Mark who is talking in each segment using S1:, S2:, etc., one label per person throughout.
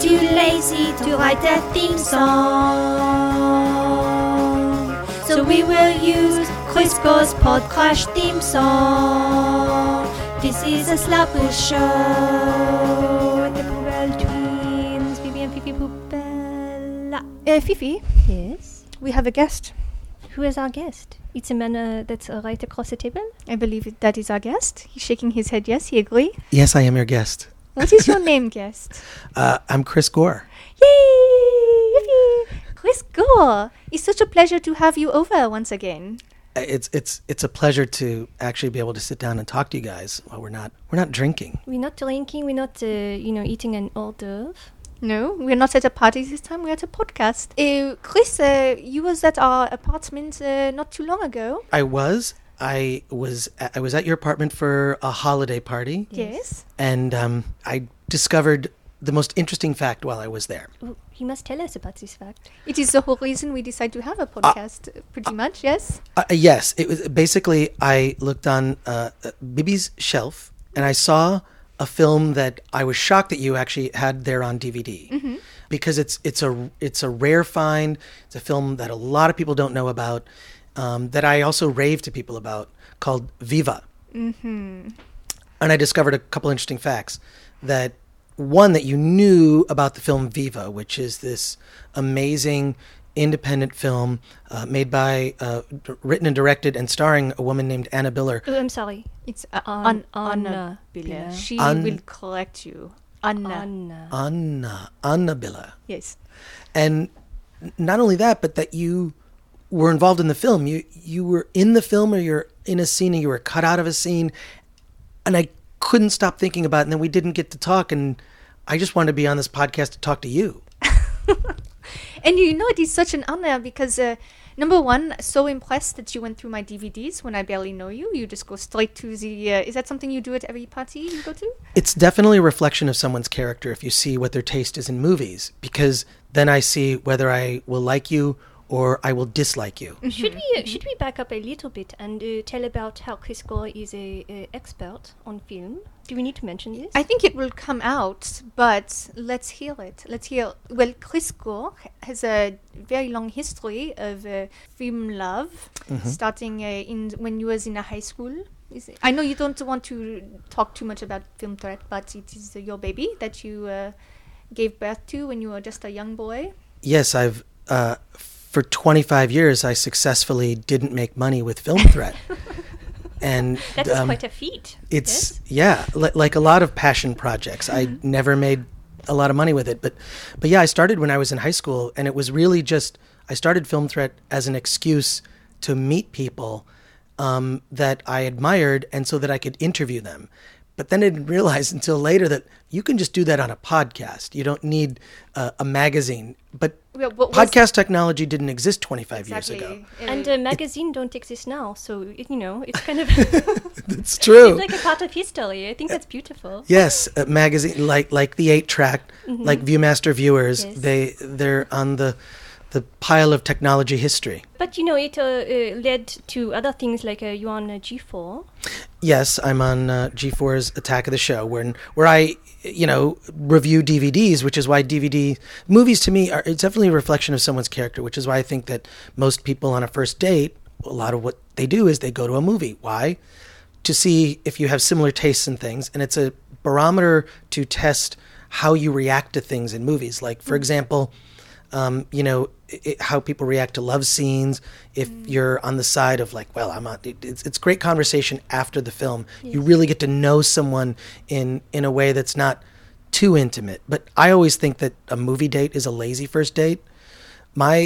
S1: too lazy to write a theme song. So we will use Crisco's Pod Crash theme song. This is a slapper show. The Poubelle twins, Bibi and Fifi Poubelle.
S2: Uh, Fifi,
S1: Yes.
S2: we have a guest.
S1: Who is our guest? It's a man uh, that's uh, right across the table.
S2: I believe it- that is our guest. He's shaking his head. Yes, he agree.
S3: Yes, I am your guest.
S2: What is your name, guest?
S3: Uh, I'm Chris Gore.
S2: Yay! Yippee! Chris Gore. It's such a pleasure to have you over once again.
S3: Uh, It's it's it's a pleasure to actually be able to sit down and talk to you guys while we're not we're not drinking.
S1: We're not drinking. We're not, uh, you know, eating an hors d'oeuvre.
S2: No, we're not at a party this time. We're at a podcast. Uh, Chris, uh, you was at our apartment uh, not too long ago.
S3: I was I was at, I was at your apartment for a holiday party,
S2: Yes.
S3: and um, I discovered the most interesting fact while I was there.
S1: Ooh, he must tell us about this fact.
S2: It is the whole reason we decide to have a podcast, uh, pretty much. Yes.
S3: Uh, yes, it was basically I looked on uh, uh, Bibi's shelf and I saw a film that I was shocked that you actually had there on DVD because it's it's a it's a rare find. It's a film that a lot of people don't know about um, that I also rave to people about called Viva. And I discovered a couple interesting facts that one that you knew about the film Viva, which is this amazing independent film uh, made by, uh, d- written and directed and starring a woman named Anna Biller.
S1: Oh, I'm sorry.
S2: It's uh,
S1: An- Anna
S2: An- Anna Biller.
S1: Biller.
S2: She
S3: An-
S2: will correct you. Anna.
S1: Anna.
S3: Anna, Anna Biller.
S2: Yes.
S3: And n- not only that, but that you were involved in the film. You you were in the film, or you're in a scene, and you were cut out of a scene. And I couldn't stop thinking about it. And then we didn't get to talk. And I just wanted to be on this podcast to talk to you.
S2: And you know, it is such an honor because, uh, number one, so impressed that you went through my DVDs when I barely know you. You just go straight to the. Uh, is that something you do at every party you go to?
S3: It's definitely a reflection of someone's character if you see what their taste is in movies, because then I see whether I will like you or I will dislike you.
S1: Should we
S3: Mm-hmm.
S1: uh, should we back up a little bit and uh, tell about how Chris Gore is a, a expert on film? Do we need to mention this?
S2: I think it will come out, but let's hear it. Let's hear. Well, Chris Gore has a very long history of uh, film love, starting uh, in when you was in a high school. Is it- I know you don't want to talk too much about film threat, but it is uh, your baby that you uh, gave birth to when you were just a young boy.
S3: Yes, I've uh, for 25 years I successfully didn't make money with Film Threat, and
S1: that is
S3: um,
S1: quite a feat.
S3: it's yeah, li- like a lot of passion projects. I never made a lot of money with it, but but yeah, I started when I was in high school, and it was really just I started Film Threat as an excuse to meet people um, that I admired, and so that I could interview them. But then I didn't realize until later that you can just do that on a podcast. You don't need uh, a magazine. But
S2: Well, what was-
S3: podcast technology didn't exist 25 years ago.
S2: Uh,
S1: and uh, magazine don't exist now, so it, you know it's kind of
S3: It's true.
S1: it's like a part of history. I think that's beautiful.
S3: Yes, uh, magazine like like the eight track, like ViewMaster viewers.
S1: Yes.
S3: They they're on the the pile of technology history.
S1: But you know it uh, uh, led to other things like uh, you on uh, G4.
S3: Yes, I'm on uh, G4's Attack of the Show, where where I you know review DVDs, which is why DVD movies to me are it's definitely a reflection of someone's character, which is why I think that most people on a first date, a lot of what they do is they go to a movie. Why? To see if you have similar tastes in things, and it's a barometer to test how you react to things in movies. Like for example, um, you know i i how people react to love scenes if you're on the side of like well i'm on it- it's, it's great conversation after the film you really get to know someone in in a way that's not too intimate but i always think that a movie date is a lazy first date my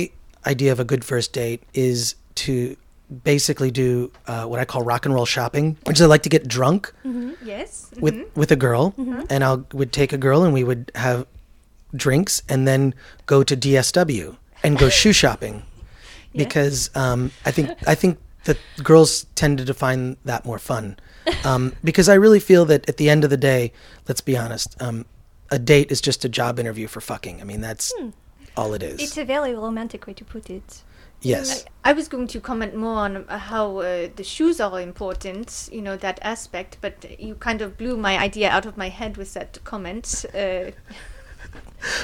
S3: idea of a good first date is to basically do uh, what i call rock and roll shopping which is i like to get drunk
S2: yes.
S3: with with a girl
S2: Mm-hmm.
S3: and I would take a girl and we would have drinks and then go to DSW and go shoe shopping because um, I think I think that girls tend to find that more fun um, because I really feel that at the end of the day let's be honest um, a date is just a job interview for fucking I mean that's
S2: Hmm.
S3: all it is
S1: It's a very romantic way to put it.
S3: yes
S2: I was going to comment more on uh, how uh, the shoes are important, you know, that aspect, but you kind of blew my idea out of my head with that comment. Uh,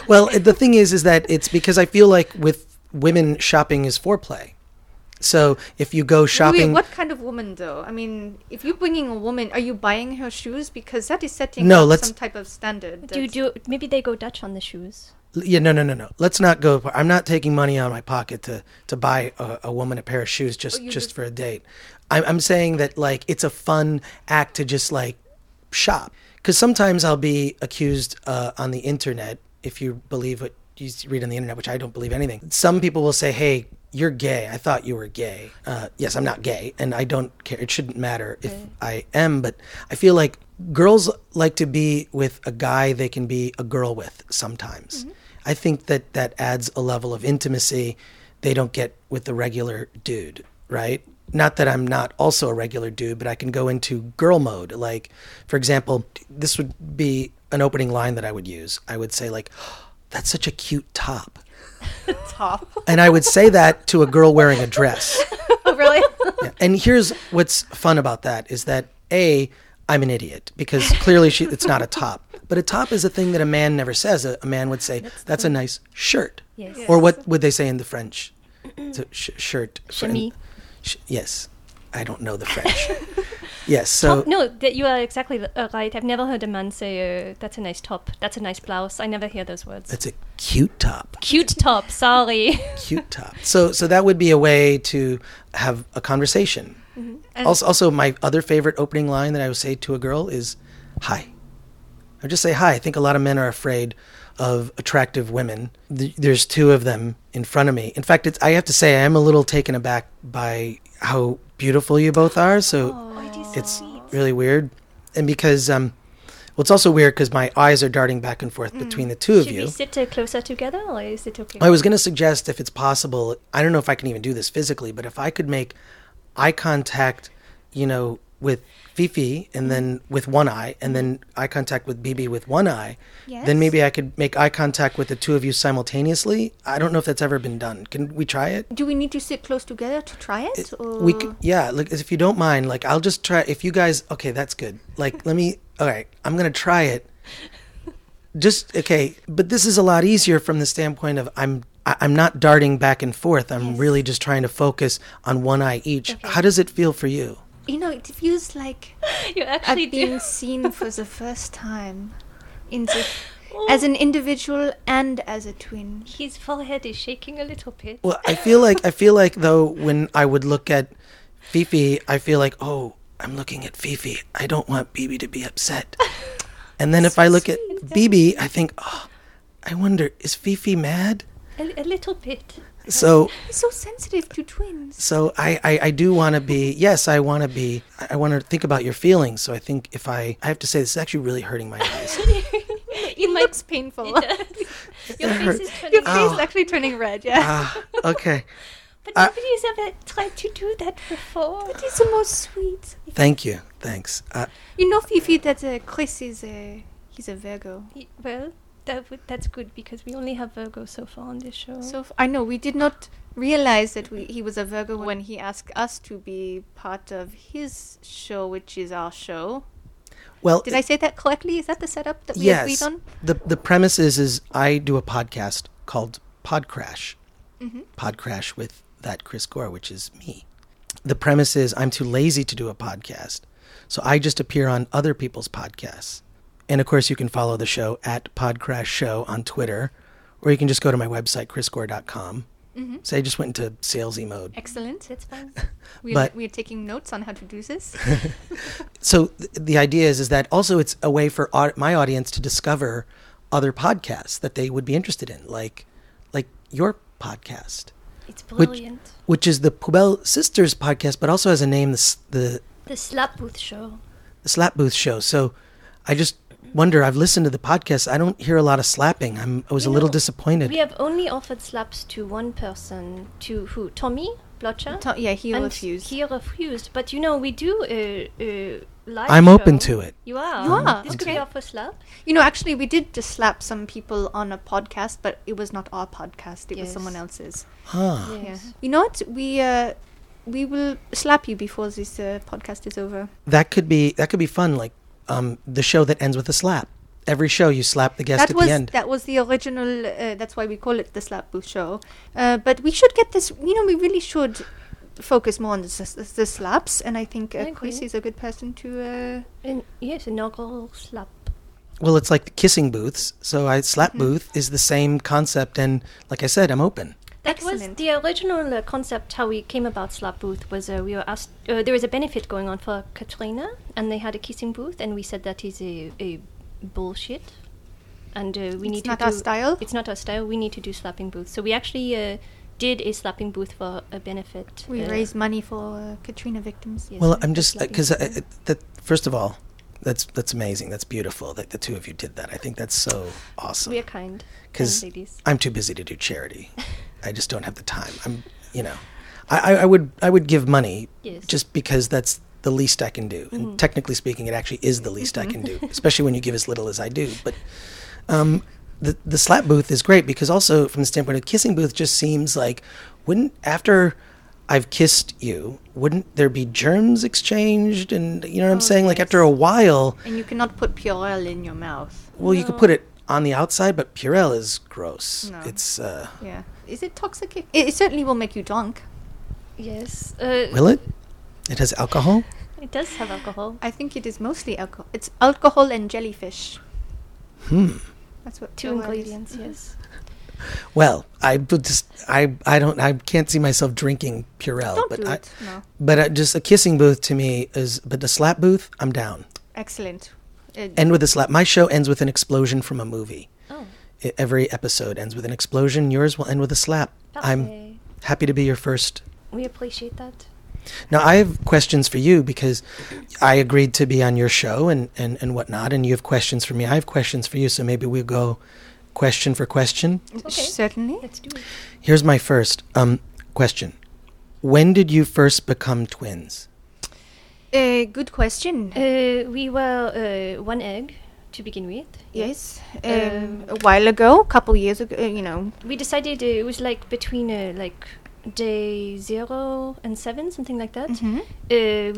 S3: well, the thing is, is that it's because I feel like with women, shopping is foreplay. So if you go shopping,
S2: Wait, what kind of woman though? I mean, if you're bringing a woman, are you buying her shoes? Because that is setting
S3: No,
S2: up
S3: let's-
S2: some type of standard.
S1: Do you
S2: that's-
S1: do? Maybe they go Dutch on the shoes.
S3: yeah, no, no, no, no. Let's not go. I'm not taking money out of my pocket to to buy a, a woman a pair of shoes just
S2: you
S3: just
S2: just-
S3: for a date. I'm, I'm saying that like it's a fun act to just like shop because sometimes I'll be accused uh, on the internet if you believe what you s- read on the internet, which I don't believe anything. Some people will say, "Hey." You're gay. I thought you were gay. Uh, yes, I'm not gay, and I don't care. It shouldn't matter if I am, but I feel like girls like to be with a guy they can be a girl with sometimes. I think that that adds a level of intimacy they don't get with the regular dude, right? Not that I'm not also a regular dude, but I can go into girl mode. Like, for example, this would be an opening line that I would use. I would say, like, that's such a cute top.
S2: top?
S3: And I would say that to a girl wearing a dress.
S2: oh, really?
S3: Yeah. And here's what's fun about that is that a I'm an idiot because clearly she, it's not a top. But a top is a thing that a man never says. A, a man would say, "That's, a nice shirt,"
S1: Yes.
S3: or what would they say in the French? It's a sh- shirt. Fr-
S1: Chemise.
S3: Sh- yes, I don't know the French. yes, so
S1: no, that you are exactly th- uh, right. I've never heard a man say, uh, "That's a nice top. That's a nice blouse." I never hear those words.
S3: that's a cute top.
S1: Cute top. Sorry.
S3: Cute top. So, so that would be a way to have a conversation.
S2: And-
S3: Also, also, my other favorite opening line that I would say to a girl is, "Hi." I just say hi. I think a lot of men are afraid of attractive women. Th- There's two of them in front of me. In fact, it's, I have to say I am a little taken aback by how beautiful you both are. So it's really weird, and because um, well, it's also weird because my eyes are darting back and forth between the two of
S1: Should
S3: you.
S1: we sit uh, closer together, or is it okay?
S3: I was going to suggest if it's possible, I don't know if I can even do this physically, but if I could make eye contact, you know, with Fifi and then with one eye and then eye contact with Bibi with one eye, then maybe I could make eye contact with the two of you simultaneously. I don't know if that's ever been done. Can we try it?
S2: Do we need to sit close together to try it? or?
S3: We c- yeah, like if you don't mind, like I'll just try if you guys okay, that's good. Like let me all right, I'm going to try it. Just okay, but this is a lot easier from the standpoint of I'm I- I'm not darting back and forth. I'm really just trying to focus on one eye each. How does it feel for you?
S2: you know, it feels like
S1: you actually
S2: I've
S1: do.
S2: been seen for the first time, in the, as an individual and as a twin.
S1: Oh, His forehead is shaking a little bit.
S3: Well, I feel like I feel like though when I would look at Fifi, I feel like oh, I'm looking at Fifi. I don't want Bibi to be upset. And then if I look at Bibi, I think, oh, I wonder is Fifi mad?
S1: A, a little bit.
S3: So
S2: It's so sensitive to twins.
S3: so I, I, I do want to be yes I want to be I- I want to think about your feelings so I think if I I have to say this is actually really hurting my eyes
S1: You might.
S2: Looks painful. Your
S1: Your face is turning.
S2: face
S1: red.
S2: is actually turning red. Yeah.
S3: ah okay
S1: But
S3: I-
S1: nobody's ever tried to do that before.
S2: It's the most sweet.
S3: thank you thanks uh,
S2: You know, Fifi, that uh, Chris is a he's a Virgo.
S1: Y- Well, that would, that's good because we only have Virgo so far on this show.
S2: So f- I know we did not realize that we, he was a Virgo when he asked us to be part of his show, which is our show.
S3: well
S2: Did I say that correctly? Is that the setup that we agreed
S3: yes
S2: on?
S3: the the premise is is I do a podcast called Pod Crash
S2: Mm-hmm.
S3: Pod Crash with that Chris Gore which is me the premise is I'm too lazy to do a podcast so I just appear on other people's podcasts and of course you can follow the show at Pod Crash Show on Twitter or you can just go to my website chrisgore.com
S2: Mm-hmm.
S3: so I just went into salesy mode
S2: Excellent.
S1: that's fine.
S2: We're,
S3: But-
S2: we're taking notes on how to do this.
S3: so th- the idea is is that also it's a way for au- my audience to discover other podcasts that they would be interested in like like your podcast
S1: It's
S3: Which-
S1: brilliant.
S3: which is the Pubel Sisters podcast but also has a name the s- the,
S1: the Slap Booth Show.
S3: the Slap Booth show so I just wonder I've listened to the podcast I don't hear a lot of slapping I'm I was
S1: You
S3: a little
S1: know,
S3: disappointed
S1: We have only offered slaps to one person, to who? Tommy Blotcher?
S2: To- yeah, he
S1: And
S2: refused.
S1: He refused. But you know, we do uh, uh, live.
S3: I'm open
S1: show.
S3: to it
S1: You are.
S2: You are,
S1: This could be
S2: okay.
S1: our first slap.
S2: you know, actually, we did just slap some people on a podcast, but it was not our podcast. It was
S1: Yes.
S2: someone else's.
S3: huh
S2: Yeah. You know what? We uh, we will slap you before this uh, podcast is over.
S3: that could be that could be fun like um the show that ends with a slap every show you slap the guest
S2: that
S3: at
S2: was
S3: the end.
S2: that was the original. Uh, that's why we call it the slap booth show. Uh, but we should get this. You know, we really should focus more on the, s- the, the slaps. And I think uh,
S1: I
S2: Chris
S1: agree.
S2: is a good person to. Uh,
S1: And yes, a knuckle slap.
S3: well, it's like the kissing booths. So I slap
S1: Mm-hmm.
S3: booth is the same concept, and like I said, I'm open.
S1: That was
S2: Excellent.
S1: the original uh, concept. How we came about slap booth was uh, we were asked. Uh, there was a benefit going on for Katrina, and they had a kissing booth, and we said that is a, a bullshit, and uh, we
S2: It's
S1: need
S2: not
S1: to
S2: our
S1: do-
S2: style?
S1: It's not our style. We need to do slapping booth. So we actually uh, did a slapping booth for a benefit.
S2: we
S1: uh,
S2: raise money for uh, Katrina victims.
S1: yes,
S3: Well,
S1: and
S3: I'm
S1: for
S3: just uh,
S1: slapping
S3: because
S1: booth.
S3: that first of all, that's that's amazing. That's beautiful that the two of you did that. I think that's so awesome.
S1: we are kind,
S3: because
S1: kind ladies.
S3: I'm too busy to do charity. I just don't have the time. I'm, you know, I, I, I would I would give money
S1: Yes. Mm-hmm.
S3: just because that's the least I can do. And technically speaking, it actually is the least I can do, especially when you give as little as I do. But um, the the slap booth is great because also from the standpoint of kissing booth, just seems like wouldn't after. I've kissed you. Wouldn't there be germs exchanged? And you know what I'm
S1: Oh,
S3: saying? Like
S1: yes.
S3: after a while,
S2: And you cannot put Purell in your mouth.
S3: well, you could
S1: No.
S3: put it on the outside, but Purell is gross.
S2: No.
S3: It's uh,
S2: Yeah. Is it toxic? It, it certainly will make you drunk.
S1: Yes. Uh,
S3: Will it? It has alcohol?
S1: It does have alcohol.
S2: I think it is mostly alcohol. It's alcohol and jellyfish.
S3: Hmm.
S2: That's what Uh-huh.
S1: Two
S2: Purell is.
S1: ingredients. Yes.
S3: Well, I would just I I don't I can't see myself drinking Purell,
S2: Don't
S3: but
S2: do
S3: I,
S2: it. No.
S3: but uh just a kissing booth to me is but a slap booth, I'm down.
S2: Excellent. Uh,
S3: End with a slap. My show ends with an explosion from a movie.
S1: Oh.
S3: I- every episode ends with an explosion. Yours will end with a slap. I'm
S1: okay.
S3: happy to be your first.
S1: We appreciate that.
S3: Now I have questions for you because I agreed to be on your show and, and, and whatnot, and you have questions for me. I have questions for you, so maybe we'll go question for question.
S1: Okay.
S2: Certainly.
S1: Let's do it.
S3: Here's my first um, question. When did you first become twins?
S2: Uh, good question.
S1: Uh, we were uh, one egg to begin with.
S2: Yes, um,
S1: Um,
S2: a while ago, a couple years ago, uh, you know.
S1: We decided uh, it was like between uh, like day zero and seven, something like that. Uh,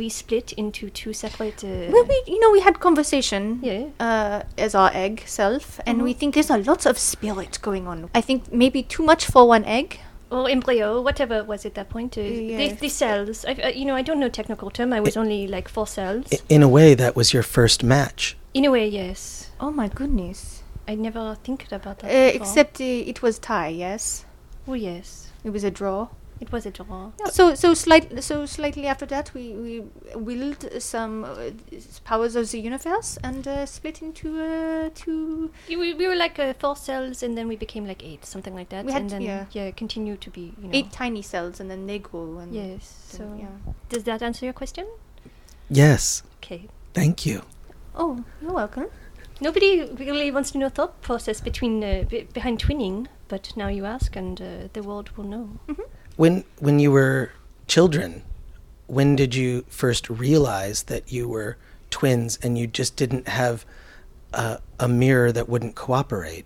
S1: we split into two separate. Uh,
S2: Well, we, you know, we had conversation
S1: Yeah.
S2: uh, as our egg self, and we
S1: Mhm.
S2: think there's a lot of spirit going on. I think maybe too much for one egg.
S1: or embryo, whatever it was at that point. Uh, the,
S2: Yes.
S1: the cells. I, uh, you know, I don't know technical term. I
S3: Eh,
S1: was only like four cells.
S3: I- In a way, that was your first match.
S1: In a way, yes.
S2: Oh my goodness!
S1: I never think about that.
S2: Uh,
S1: before.
S2: except uh, it was tie. Yes,
S1: Oh yes,
S2: it was a draw.
S1: it was a draw.
S2: Yeah, so so slight, so slightly after that, we we willed some uh, powers of the universe and uh, split into uh, two.
S1: Yeah, We, we were like uh, four cells, and then we became like eight, something like that.
S2: We had-
S1: and then
S2: yeah.
S1: continue to be you know.
S2: Eight tiny cells, and then they grow. And
S1: Yes. So
S2: then, yeah.
S1: does that answer your question?
S3: Yes.
S1: Okay.
S3: Thank you.
S2: Oh, you're welcome.
S1: Nobody really wants to know thought process between uh, b- behind twinning, but now you ask, and uh, the world will know.
S2: Mm-hmm.
S3: When when you were children, when did you first realize that you were twins and you just didn't have uh, a mirror that wouldn't cooperate?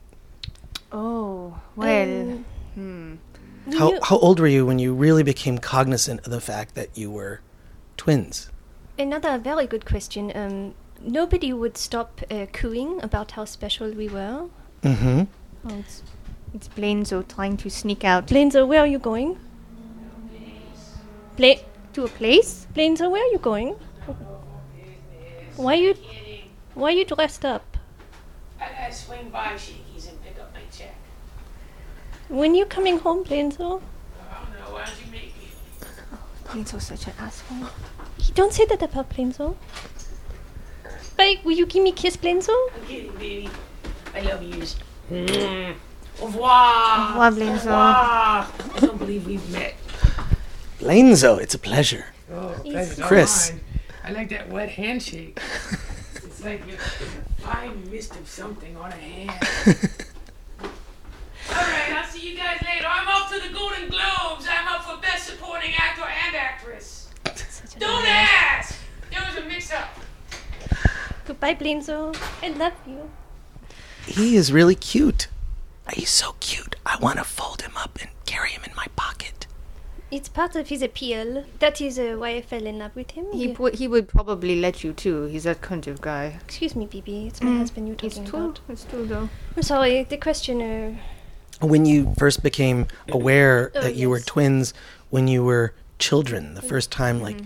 S2: Oh well,
S1: Um,
S2: hmm.
S1: we
S3: How
S1: knew-
S3: how old were you when you really became cognizant of the fact that you were twins?
S1: Another very good question. Um, nobody would stop uh, cooing about how special we were.
S3: Mm-hmm.
S2: Oh, it's it's Blenzo trying to sneak out
S1: Blenzo, where are you going? Bla-
S2: to a place.
S1: Blenzo, where are you going? Why you why you dressed up?
S4: I gotta swing by Shakey's and pick up my check.
S1: When you coming home, Blenzo?
S4: I don't know, why don't you make me?
S2: Blenzo's such an asshole.
S1: You Don't say that about Blenzo. Like, will you give me a kiss, Blenzo?
S4: I'm kidding, baby. I love yous. Mm. Au revoir.
S2: Au revoir, Blenzo.
S4: revoir. I don't believe we've met.
S3: Lenzo, it's a pleasure.
S4: Oh,
S1: pleasure's
S3: Chris.
S4: I like that wet handshake. it's like a fine mist of something on a hand. All right, I'll see you guys later. I'm up for the Golden Globes. I'm up for Best Supporting Actor and Actress. Don't ask. There was a mix-up.
S1: Goodbye, Blenzo. I love you.
S3: He is really cute. He's so cute. I want to fold him up and carry him in my pocket.
S1: It's part of his appeal. That is uh, why I fell in love with him.
S5: He
S1: Yeah.
S5: would he would probably let you too. He's that kind of guy.
S1: Excuse me, Bibi. It's my husband you're
S5: Mm. It's
S1: talking
S5: true.
S1: about.
S5: It's true though.
S1: I'm sorry. The uh, questioner.
S3: When you first became aware
S1: Oh,
S3: that you were
S1: yes. Mm-hmm.
S3: twins when you were children, the first time, like,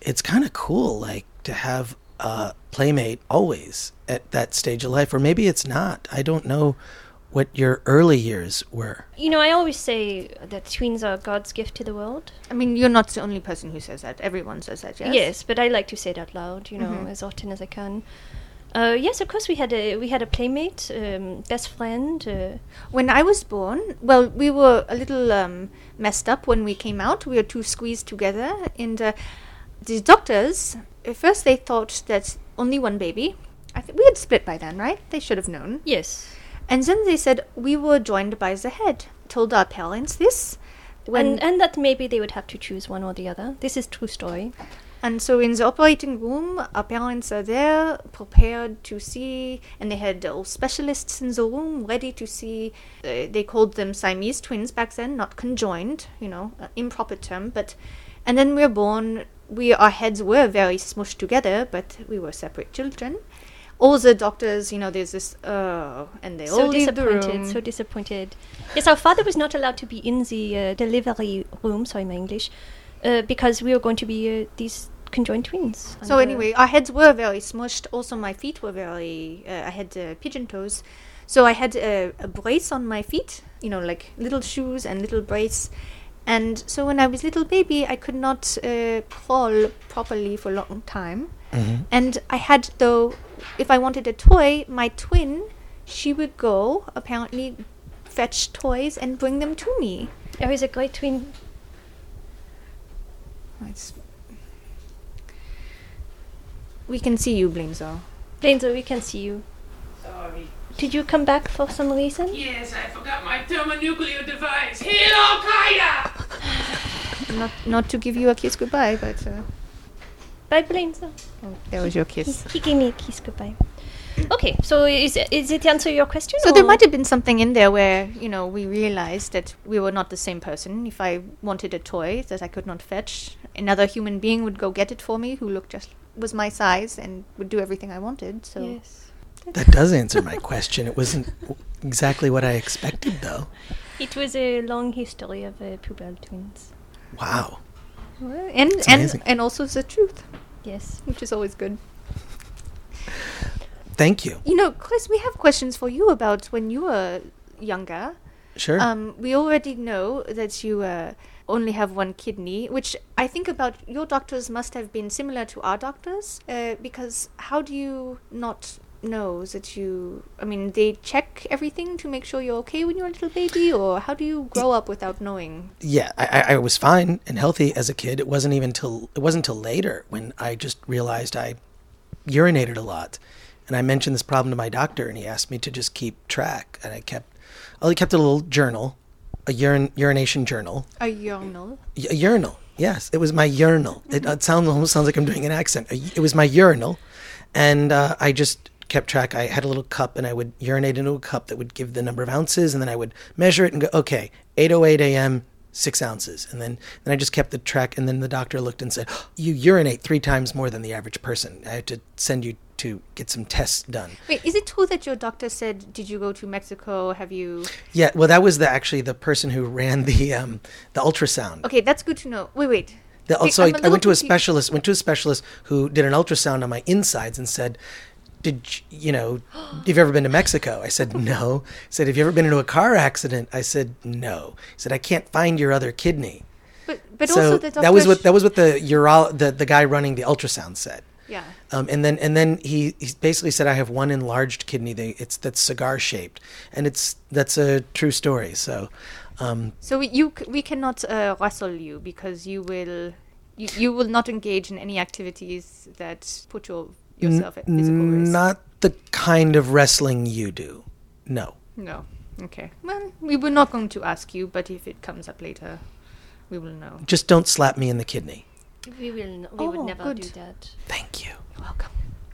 S3: it's kind of cool, like, to have a playmate always at that stage of life, or maybe it's not. I don't know what your early years were.
S1: You know, I always say that twins are God's gift to the world.
S5: I mean, you're not the only person who says that. Everyone says that. Yes.
S1: Yes, but I like to say it out loud. You know,
S2: Mm-hmm.
S1: as often as I can. Uh, yes, of course we had a we had a playmate, um, best friend. Uh,
S2: When I was born, well, we were a little um, messed up when we came out. We were two squeezed together, and uh, the doctors at first they thought that only one baby. I think we had split by then, right? They should have known.
S1: yes,
S2: And then they said we were joined by the head. Told our parents this. When
S1: and and that maybe they would have to choose one or the other. This is true story.
S2: And so in the operating room, our parents are there, prepared to see, and they had all specialists in the room ready to see. Uh, they called them Siamese twins back then, not conjoined, you know, uh, improper term. But, and then we were born. We our heads were very smushed together, but we were separate children. All the doctors, you know, there's this, oh, and they all
S1: so
S2: leave the room.
S1: disappointed, so disappointed. Yes, our father was not allowed to be in the uh, delivery room. Sorry, my English, uh, because we were going to be uh, these conjoined twins.
S2: So
S1: And, uh,
S2: anyway, our heads were very smushed. Also, my feet were very. Uh, I had uh, pigeon toes, so I had a, a brace on my feet. You know, like little shoes and little brace. And so when I was little baby, I could not uh, crawl properly for a long time.
S3: Mm-hmm.
S2: And I had though, if I wanted a toy, my twin, she would go apparently fetch toys and bring them to me.
S1: there is Oh, a great twin.
S2: It's- We can see you, Blinzo.
S1: Blenzo, we can see you.
S4: Sorry.
S1: Did you come back for some reason?
S4: Yes, I forgot my thermonuclear device. Heal Al Qaeda!
S2: not not to give you a kiss goodbye, but uh, oh,
S1: Bye, Blenzo.
S5: That was your kiss.
S1: He gave me a kiss goodbye. Okay, so is is it answer your question?
S2: so there
S1: or-
S2: might have been something in there where you know we realized that we were not the same person. If I wanted a toy that I could not fetch, another human being would go get it for me who looked just was my size and would do everything I wanted. So
S1: Yes,
S3: That does answer my question. It wasn't w- exactly what I expected, though.
S1: it was a long history of uh, pubal twins.
S3: Wow.
S2: and
S3: It's
S2: and
S3: amazing.
S2: and also the truth,
S1: Yes.
S2: which is always good.
S3: Thank you.
S2: You know, Chris, we have questions for you about when you were younger.
S3: Sure.
S2: Um, we already know that you uh, only have one kidney, which I think about your doctors must have been similar to our doctors, uh, because how do you not know that you? I mean, they check everything to make sure you're okay when you're a little baby, or how do you grow up without knowing?
S3: yeah, I, I- I was fine and healthy as a kid. It wasn't even till it wasn't till later when I just realized I urinated a lot, and I mentioned this problem to my doctor, and he asked me to just keep track, and I kept, I kept a little journal, a urine urination journal,
S2: A urinal.
S3: Y- a urinal. Yes, it was my urinal. It, it sounds almost sounds like I'm doing an accent. A- It was my urinal, and uh, I just kept track. I had a little cup, and I would urinate into a cup that would give the number of ounces, and then I would measure it and go, okay, 8:08 a.m. six ounces, and then then I just kept the track. And then the doctor looked and said, "Oh, you urinate three times more than the average person. I had to send you to get some tests done.
S2: Wait, is it true that your doctor said, "Did you go to Mexico? Have you?"
S3: Yeah, well, that was the actually the person who ran the um, the ultrasound.
S2: Okay, that's good to know. Wait, wait.
S3: The,
S2: Be-
S3: also,
S2: I'm
S3: I,
S2: a
S3: I went to
S2: little
S3: a
S2: confused.
S3: specialist. Went to a specialist who did an ultrasound on my insides and said, "Did j- you know? Have you ever been to Mexico?" I said, "No." He said, "Have you ever been into a car accident?" I said, "No." He said, "I can't find your other kidney."
S2: But but
S3: so
S2: also the doctor.
S3: that was what
S2: sh-
S3: that was what the uro- the, the guy running the ultrasound said.
S2: Yeah.
S3: Um, and then and then he, he basically said, "I have one enlarged kidney. They, it's that's cigar shaped, and it's that's a true story." So. Um,
S2: So we, you c- we cannot uh, wrestle you because you will you, you will not engage in any activities that put your yourself at physical risk.
S3: Not the kind of wrestling you do. No.
S2: no. Okay. Well, we were not going to ask you, but if it comes up later, we will know.
S3: Just don't slap me in the kidney.
S1: We will. N- we
S2: Oh,
S1: would never
S2: good.
S1: do that.
S3: Thank you.
S2: You're welcome.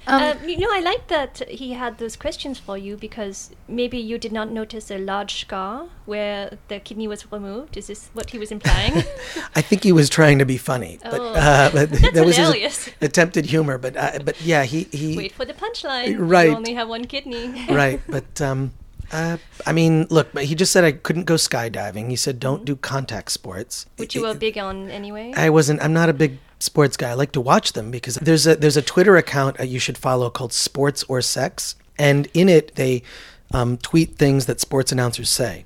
S2: Um,
S6: Uh, you know, I like that he had those questions for you because maybe you did not notice a large scar where the kidney was removed. Is this what he was implying?
S3: I think he was trying to be funny, but,
S6: Oh.
S3: uh, but
S6: That's
S3: that was
S6: hilarious.
S3: his attempted humor. But uh, but yeah, he he
S6: Wait for the punchline.
S3: Right.
S6: You only have one kidney.
S3: right. But um, uh, I mean, look, but he just said I couldn't go skydiving. He said don't do contact sports,
S6: Mm-hmm. Which you were big on anyway.
S3: I wasn't. I'm not a big sports guy. I like to watch them because there's a there's a Twitter account uh, you should follow called Sports or Sex, and in it they um, tweet things that sports announcers say,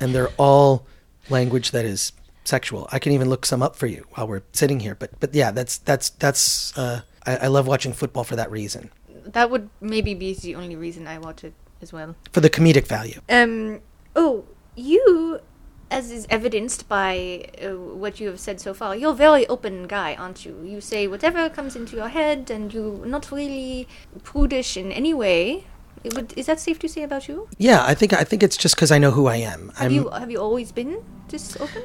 S3: and they're all language that is sexual. I can even look some up for you while we're sitting here. But but yeah, that's that's that's. Uh, I, I love watching football for that reason,
S2: that would maybe be the only reason I watch it as well.
S3: for the comedic value.
S2: Um. Oh, you, as is evidenced by uh, what you have said so far, you're a very open guy, aren't you? You say whatever comes into your head, and you're not really prudish in any way. It would, is that safe to say about you?
S3: Yeah, I think I think it's just because I know who I am.
S2: Have
S3: I'm,
S2: you have you always been this open?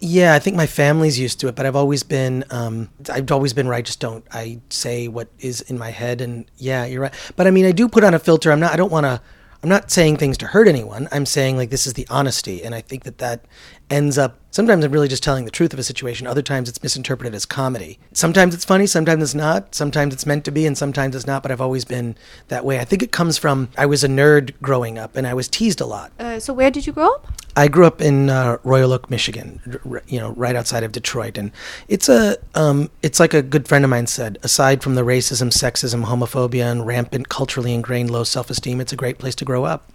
S3: Yeah, I think my family's used to it, but I've always been, um, I've always been right. Just don't, I say what is in my head, and yeah, you're right. But I mean, I do put on a filter. I'm not, I don't want to, I'm not saying things to hurt anyone. I'm saying like this is the honesty, and I think that that ends up. Sometimes I'm really just telling the truth of a situation. Other times it's misinterpreted as comedy. Sometimes it's funny, sometimes it's not. Sometimes it's meant to be, and sometimes it's not. But I've always been that way. I think it comes from I was a nerd growing up, and I was teased a lot.
S2: Uh, so where did you grow up?
S3: I grew up in uh, Royal Oak, Michigan, r- r- you know, right outside of Detroit, and it's a, um, it's like a good friend of mine said. Aside from the racism, sexism, homophobia, and rampant culturally ingrained low self-esteem, it's a great place to grow up.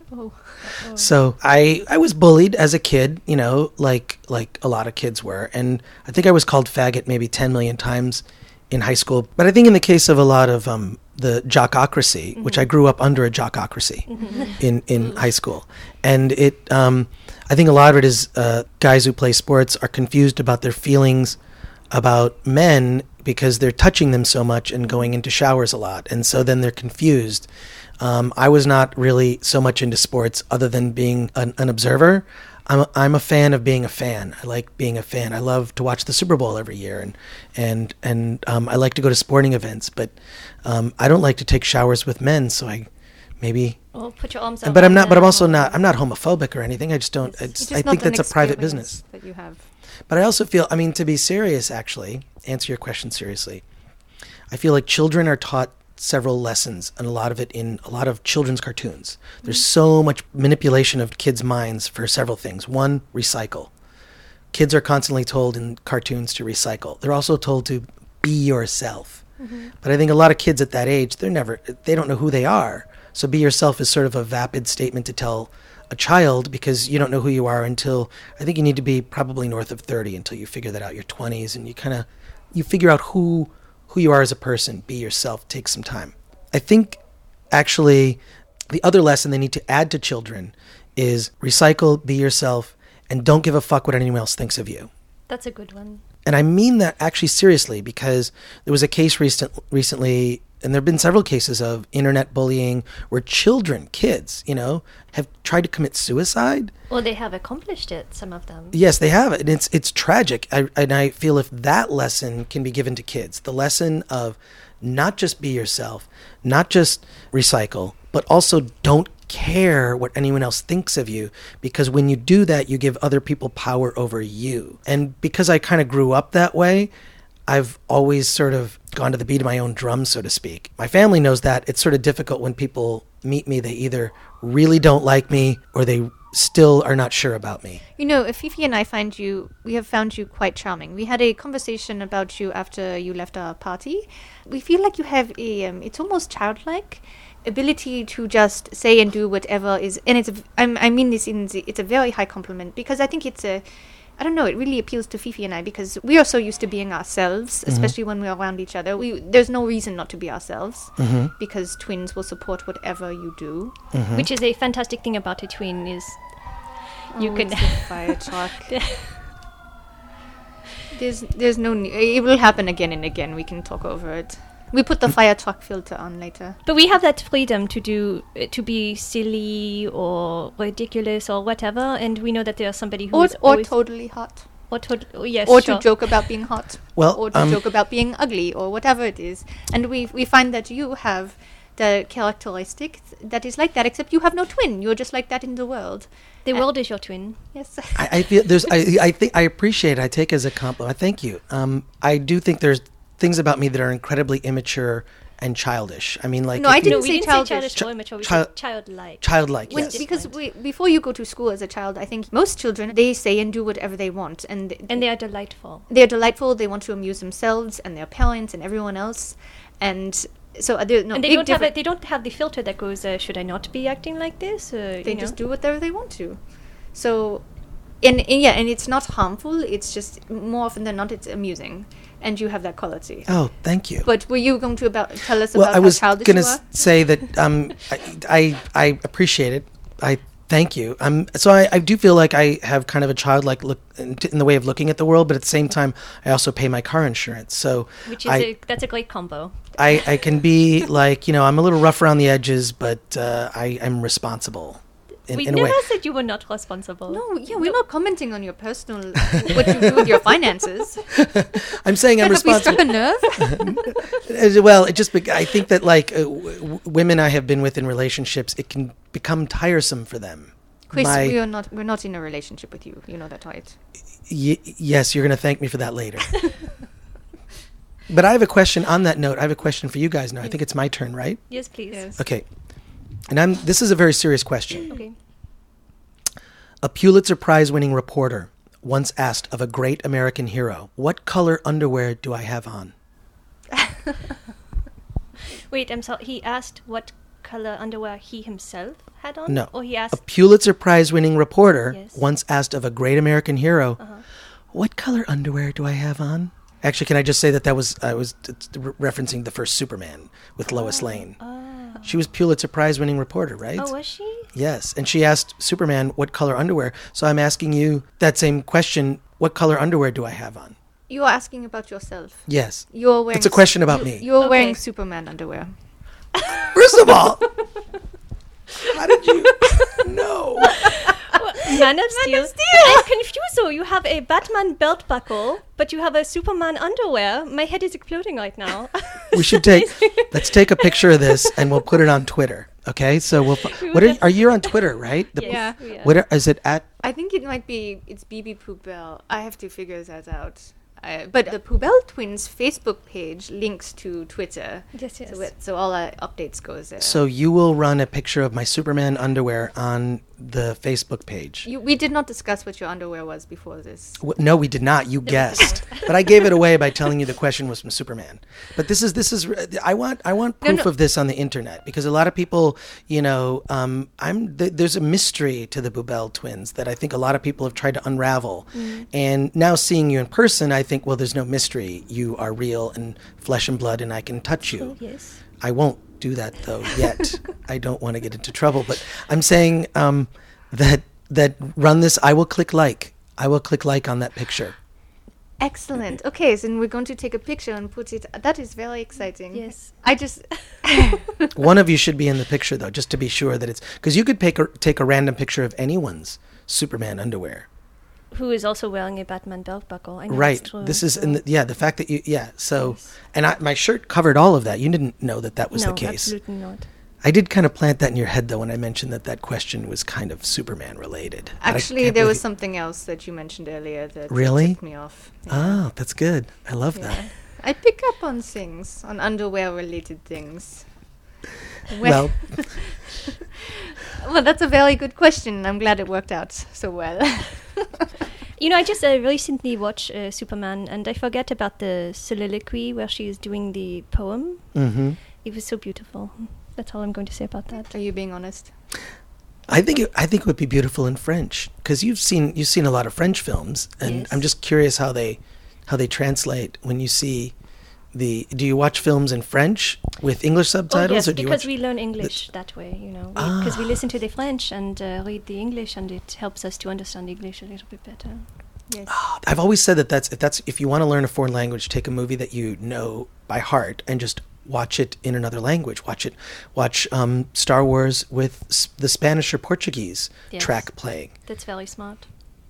S3: So I, I was bullied as a kid, you know, like like a lot of kids were, and I think I was called faggot maybe ten million times in high school. But I think in the case of a lot of um, the jockocracy, which I grew up under a jockocracy in in high school, and it, um, I think a lot of it is uh, guys who play sports are confused about their feelings about men because they're touching them so much and going into showers a lot, and so then they're confused. Um, I was not really so much into sports other than being an, an observer. I'm a, I'm a fan of being a fan. I like being a fan. I love to watch the Super Bowl every year, and and and um, I like to go to sporting events. But um, I don't like to take showers with men, so I maybe.
S6: Or put your arms up.
S3: But I'm
S6: like
S3: not. But I'm
S6: that,
S3: also
S6: or-
S3: not. I'm not homophobic or anything. I just don't. It's,
S2: It's
S3: I
S2: just
S3: think
S2: not an
S3: that's a private
S2: experience
S3: business.
S2: that you have.
S3: But I also feel, I mean, to be serious, actually, answer your question seriously. I feel like children are taught several lessons, and a lot of it in a lot of children's cartoons. There's so much manipulation of kids' minds for several things. One, recycle. Kids are constantly told in cartoons to recycle. They're also told to be yourself. But I think a lot of kids at that age, they're never, they don't know who they are. So be yourself is sort of a vapid statement to tell a child because you don't know who you are until I think you need to be probably north of 30 until you figure that out your 20s and you kind of you figure out who who you are as a person be yourself take some time I think actually the other lesson they need to add to children is recycle be yourself and don't give a fuck what anyone else thinks of you
S6: That's a good one.
S3: and I mean that actually seriously because there was a case recent, recently, and there have been several cases of internet bullying where children, kids, you know, have tried to commit suicide.
S6: Or they have accomplished it, some of them.
S3: Yes, they have, and it's it's tragic. I, and I feel if that lesson can be given to kids, the lesson of not just be yourself, not just recycle, but also don't care what anyone else thinks of you because when you do that you give other people power over you and because i kind of grew up that way I've always sort of gone to the beat of my own drum, so to speak. My family knows that. It's sort of difficult when people meet me. They either really don't like me or they still are not sure about me.
S2: You know, if Fifi and I find you, we have found you quite charming. We had a conversation about you after you left our party. We feel like you have a, um, it's almost childlike ability to just say and do whatever is, and it's, a, I'm, I mean this in, the, it's a very high compliment because I think it's a, I don't know, it really appeals to Fifi and I because we are so used to being ourselves, especially when we're around each other. We, there's no reason not to be ourselves because twins will support whatever you do.
S3: Mm-hmm.
S6: Which is a fantastic thing about a twin is
S1: Oh,
S2: Oh,
S6: you can
S2: fire truck. There's there's no ne- it will happen again and again. We can talk over it. We put the
S3: Mm.
S2: fire truck filter on later.
S6: But we have that freedom to do
S1: eh,
S6: to be silly or ridiculous or whatever and we know that there's somebody who
S2: Or
S6: is
S2: or
S6: always-
S2: totally hot.
S1: Or to, oh, yes,
S2: or
S1: sure.
S2: to joke about being hot,
S3: Well,
S2: or to
S3: um,
S2: joke about being ugly, or whatever it is. And we we find that you have the characteristic that is like that, except you have no twin. You're just like that in the world. Uh,
S1: The world is your twin.
S2: Yes.
S3: I, I feel there's I I think I appreciate it. I take it as a compliment. Thank you. Um, I do think there's things about me that are incredibly immature and childish. I mean, like
S2: No, I
S3: if you-
S2: didn't
S1: we
S2: say
S1: didn't
S2: childish.
S1: say childish
S3: Chi-
S1: or immature. We
S3: child-
S1: said childlike.
S3: childlike.
S2: When,
S3: yes.
S2: because we, before you go to school as a child, I think most children they say and do whatever they want, and
S1: and they are delightful.
S2: they're delightful. They want to amuse themselves and their parents and everyone else, and so uh, there's no
S1: And they
S2: big
S1: don't have a,
S2: difference.
S1: they don't have the filter that goes, uh, should I not be acting like this? Uh,
S2: they
S1: you
S2: just
S1: know.
S2: do whatever they want to. So, and, and yeah, and it's not harmful. It's just more often than not, it's amusing, and you have that quality.
S3: oh, thank you.
S2: But were you going to about tell us
S3: well,
S2: about
S3: I was
S2: how childish
S3: gonna
S2: you are?
S3: s- say that um, I, I I appreciate it. I thank you. Um, so I, I do feel like I have kind of a childlike look in, in the way of looking at the world, but at the same time, I also pay my car insurance. So
S1: Which is
S3: I-
S1: a, that's a great combo.
S3: I, I can be like you know I'm a little rough around the edges, but uh, I am responsible in,
S1: we
S3: in a
S1: never
S3: way.
S1: said you were not responsible.
S2: no, yeah, we're not commenting on your personal what you do with your finances.
S3: I'm saying I'm
S2: Have we struck
S3: responsible.
S2: a nerve?
S3: As well, it just bec- I think that like uh, w- w- women I have been with in relationships, it can become tiresome for them.
S2: Chris,
S3: My-
S2: we are not we're not in a relationship with you. You know that, right?
S3: Y- yes, you're going to thank me for that later. but I have a question on that note. I have a question for you guys now. I think it's my turn, right?
S1: Yes, please.
S3: Okay. And I'm this is a very serious question.
S1: Okay.
S3: A Pulitzer Prize winning reporter once asked of a great American hero, "What color underwear do I have on?"
S1: Wait, I'm sorry. He asked what color underwear he himself had on.
S3: No.
S1: Or he
S3: a
S1: asked.
S3: Pulitzer Prize winning reporter
S1: Yes. Uh-huh.
S3: once asked of a great American hero, "What color underwear do I have on?" Actually, can I just say that that was I was t- t- re- referencing the first Superman with Lois Lane. She was Pulitzer Prize winning reporter, right?
S1: Oh, was she?
S3: Yes, and she asked Superman what color underwear. So I'm asking you that same question, what color underwear do I have on?
S2: You are asking about yourself.
S3: Yes.
S2: You're wearing
S3: It's a question about me.
S2: You're wearing
S1: Okay.
S2: Superman underwear.
S3: First of all, how did you No.
S1: Man of Steel. I'm confused though. You have a Batman belt buckle, but you have a Superman underwear. My head is exploding right now.
S3: We should take let's take a picture of this and we'll put it on Twitter. Okay? So we'll fi- What are you, are you on Twitter, right? The-
S1: Yes, we are.
S3: What are, is it at
S2: I think it might be it's BB Poubelle. I have to figure that out. I, but the Poubelle twins Facebook page links to Twitter.
S1: Yes, yes.
S2: So, it- so all our updates goes there.
S3: So you will run a picture of my Superman underwear on the Facebook page.
S2: you, we did not discuss what your underwear was before this.
S3: W- No, we did not. You guessed, but I gave it away by telling you the question was from Superman. But this is this is I want I want proof
S2: no.
S3: of this on the internet because a lot of people, you know, um, I'm th- there's a mystery to the Bubel twins that I think a lot of people have tried to unravel,
S2: Mm.
S3: and now seeing you in person, I think well, there's no mystery. You are real and flesh and blood, and I can touch
S2: Oh,
S3: you.
S1: yes.
S3: I won't do that though yet. I don't want to get into trouble, but I'm saying um, that that run this. I will click like. I will click like on that picture.
S2: Excellent. Mm-hmm. Okay, so we're going to take a picture and put it. That is very exciting.
S1: Yes.
S2: I just
S3: One of you should be in the picture though, just to be sure that it's because you could take a, take a random picture of anyone's Superman underwear.
S1: Who is also wearing a Batman belt buckle? I know
S3: Right.
S1: it's true,
S3: This is
S1: so-
S3: and the, yeah, the fact that you yeah. So and I, my shirt covered all of that. You didn't know that that was
S1: no,
S3: the case.
S1: absolutely not.
S3: I did kind of plant that in your head though when I mentioned that that question was kind of Superman related. But I
S2: actually
S3: can't
S2: there
S3: believe
S2: was
S3: you-
S2: something else that you mentioned earlier that
S3: Really?
S2: tipped me off. Yeah.
S3: Oh, that's good. I love that.
S2: I pick up on things, on underwear related things.
S3: Well,
S2: Well, that's a very good question. I'm glad it worked out so well.
S1: You know, I just uh, recently watched uh, Superman, and I forget about the soliloquy where she is doing the poem.
S3: hmm
S1: It was so beautiful. That's all I'm going to say about that.
S2: Are you being honest?
S3: I think it, I think it would be beautiful in French because you've seen you've seen a lot of French films, and
S1: Yes.
S3: I'm just curious how they how they translate when you see the. Do you watch films in French with English subtitles,
S1: oh, yes,
S3: or do you
S1: because
S3: watch? Ah.
S1: we learn English that way, you know, because we listen to the French and uh, read the English, and it helps us to understand English a little bit better.
S3: Ah, I've always said that that's if that's if you want to learn a foreign language, take a movie that you know by heart and just watch it in another language. Watch it, watch um, Star Wars with s- the Spanish or Portuguese
S1: Yes.
S3: track playing.
S1: That's very smart.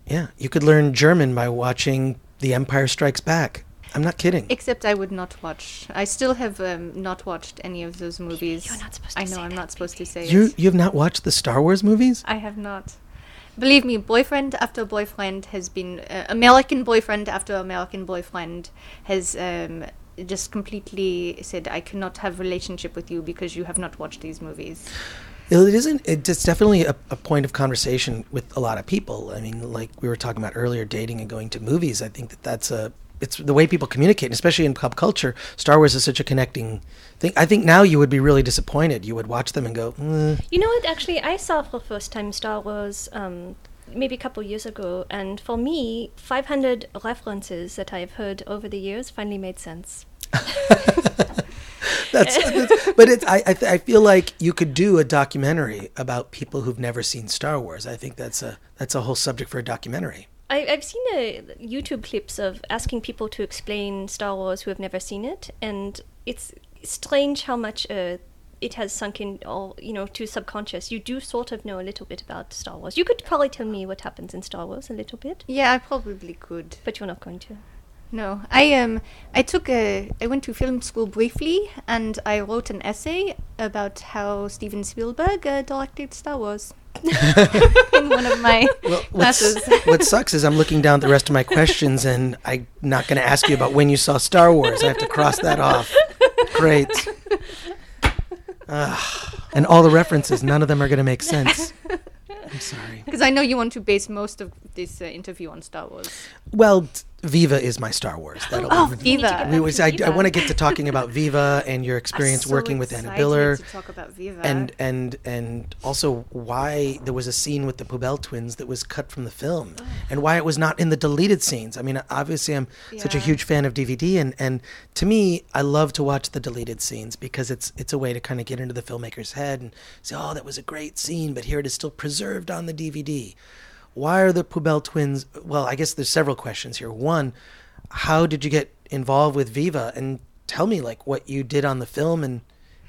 S3: Yeah, you could learn German by watching The Empire Strikes Back. I'm not kidding.
S2: Except I would not watch. I still have um, not watched any of those movies.
S1: You're not supposed to
S2: I know
S1: say
S2: I'm
S1: that,
S2: not supposed to say it.
S3: You you have not watched the Star Wars movies?
S2: I have not. Believe me, boyfriend after boyfriend has been uh, American boyfriend after American boyfriend has um, just completely said, "I cannot have relationship with you because you have not watched these movies."
S3: It isn't. It's definitely a, a point of conversation with a lot of people. I mean, like we were talking about earlier, dating and going to movies. I think that that's a. It's the way people communicate, and especially in pop culture. Star Wars is such a connecting thing. I think now you would be really disappointed. You would watch them and go, "Mm,
S1: You know what? Actually, I saw for the first time Star Wars um, maybe a couple years ago, and for me, 500 references that I've heard over the years finally made sense.
S3: "That's." that's- but it's. I. I, th- I feel like you could do a documentary about people who've never seen Star Wars. I think that's a. That's a whole subject for a documentary.
S1: I, I've seen uh YouTube clips of asking people to explain Star Wars who have never seen it, and it's strange how much uh, it has sunk in, all you know, to subconscious. You do sort of know a little bit about Star Wars. You could probably tell me what happens in Star Wars a little bit,
S2: Yeah, I probably could.
S1: but you're not going to.
S2: No, I um, I took a, I went to film school briefly, and I wrote an essay about how Steven Spielberg uh, directed Star Wars. in one of my
S3: What's,
S2: classes.
S3: what sucks is I'm looking down at the rest of my questions and I'm not going to ask you about when you saw Star Wars. I have to cross that off. Great. Ugh. And all the references, none of them are going to make sense. I'm sorry.
S2: Because I know you want to base most of this uh, interview on Star Wars.
S3: Well, t- Viva is my Star Wars. That'll oh, be.
S2: Viva.
S3: We was, I, I
S1: Viva.
S3: want to get to talking about Viva and your experience working with Anna Biller.
S2: To talk about Viva.
S3: and and and also why there was a scene with the Pubel twins that was cut from the film and why it was not in the deleted scenes i mean obviously i'm such a
S2: Yeah.
S3: huge fan of dvd and and to me i love to watch the deleted scenes because it's it's a way to kind of get into the filmmaker's head and say oh that was a great scene but here it is still preserved on the dvd why are the Pubel twins well i guess there's several questions here one how did you get involved with viva and tell me like what you did on the film and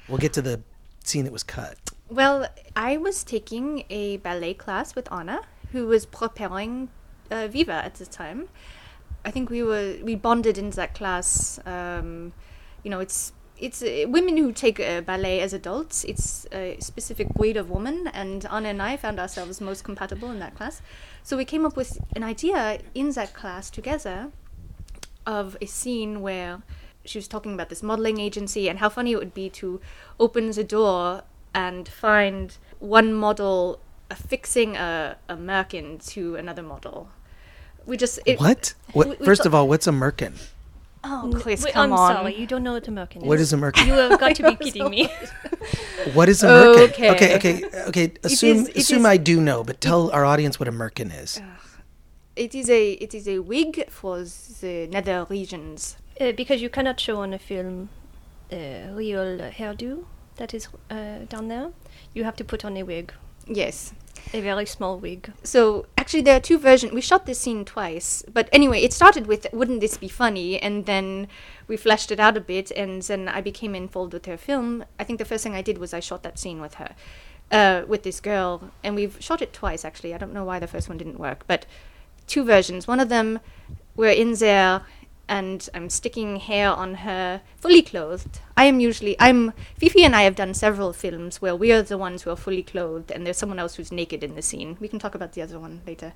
S3: we'll get to the scene that was cut
S2: Well, I was taking a ballet class with Anna, who was preparing uh, Viva at the time. I think we were we bonded in that class. Um, you know, it's it's uh, women who take uh, ballet as adults. It's a specific breed of woman, and Anna and I found ourselves most compatible in that class. So we came up with an idea in that class together of a scene where she was talking about this modeling agency and how funny it would be to open the door and find one model affixing a, a merkin to another model. We just it,
S3: What? What?
S2: we- we
S3: First
S2: thought-
S3: of all, what's a merkin?
S2: Oh, Chris,
S1: Wait,
S2: come
S1: I'm
S2: on!
S1: sorry, you don't know what American
S3: What
S1: is.
S3: is a merkin?
S1: You have got to be kidding me.
S3: What is a merkin?
S2: Okay.
S3: okay, okay, okay, Assume
S2: is- it
S3: assume
S2: is-
S3: I do know, but tell our audience what a merkin is.
S2: It is a it is a wig for the nether regions.
S1: Uh, because you cannot show on a film a real hairdo that is uh, down there. You have to put on a wig,
S2: Yes.
S1: a very small wig.
S2: So actually, there are two versions. We shot this scene twice, but anyway, it started with "Wouldn't this be funny?" and then we fleshed it out a bit, and then I became involved with her film. I think the first thing I did was I shot that scene with her, uh, with this girl, and we've shot it twice actually. I don't know why the first one didn't work, but two versions. One of them, we're in there, and I'm sticking hair on her, fully clothed. I am usually I'm Fifi and I have done several films where we are the ones who are fully clothed, and there's someone else who's naked in the scene. We can talk about the other one later.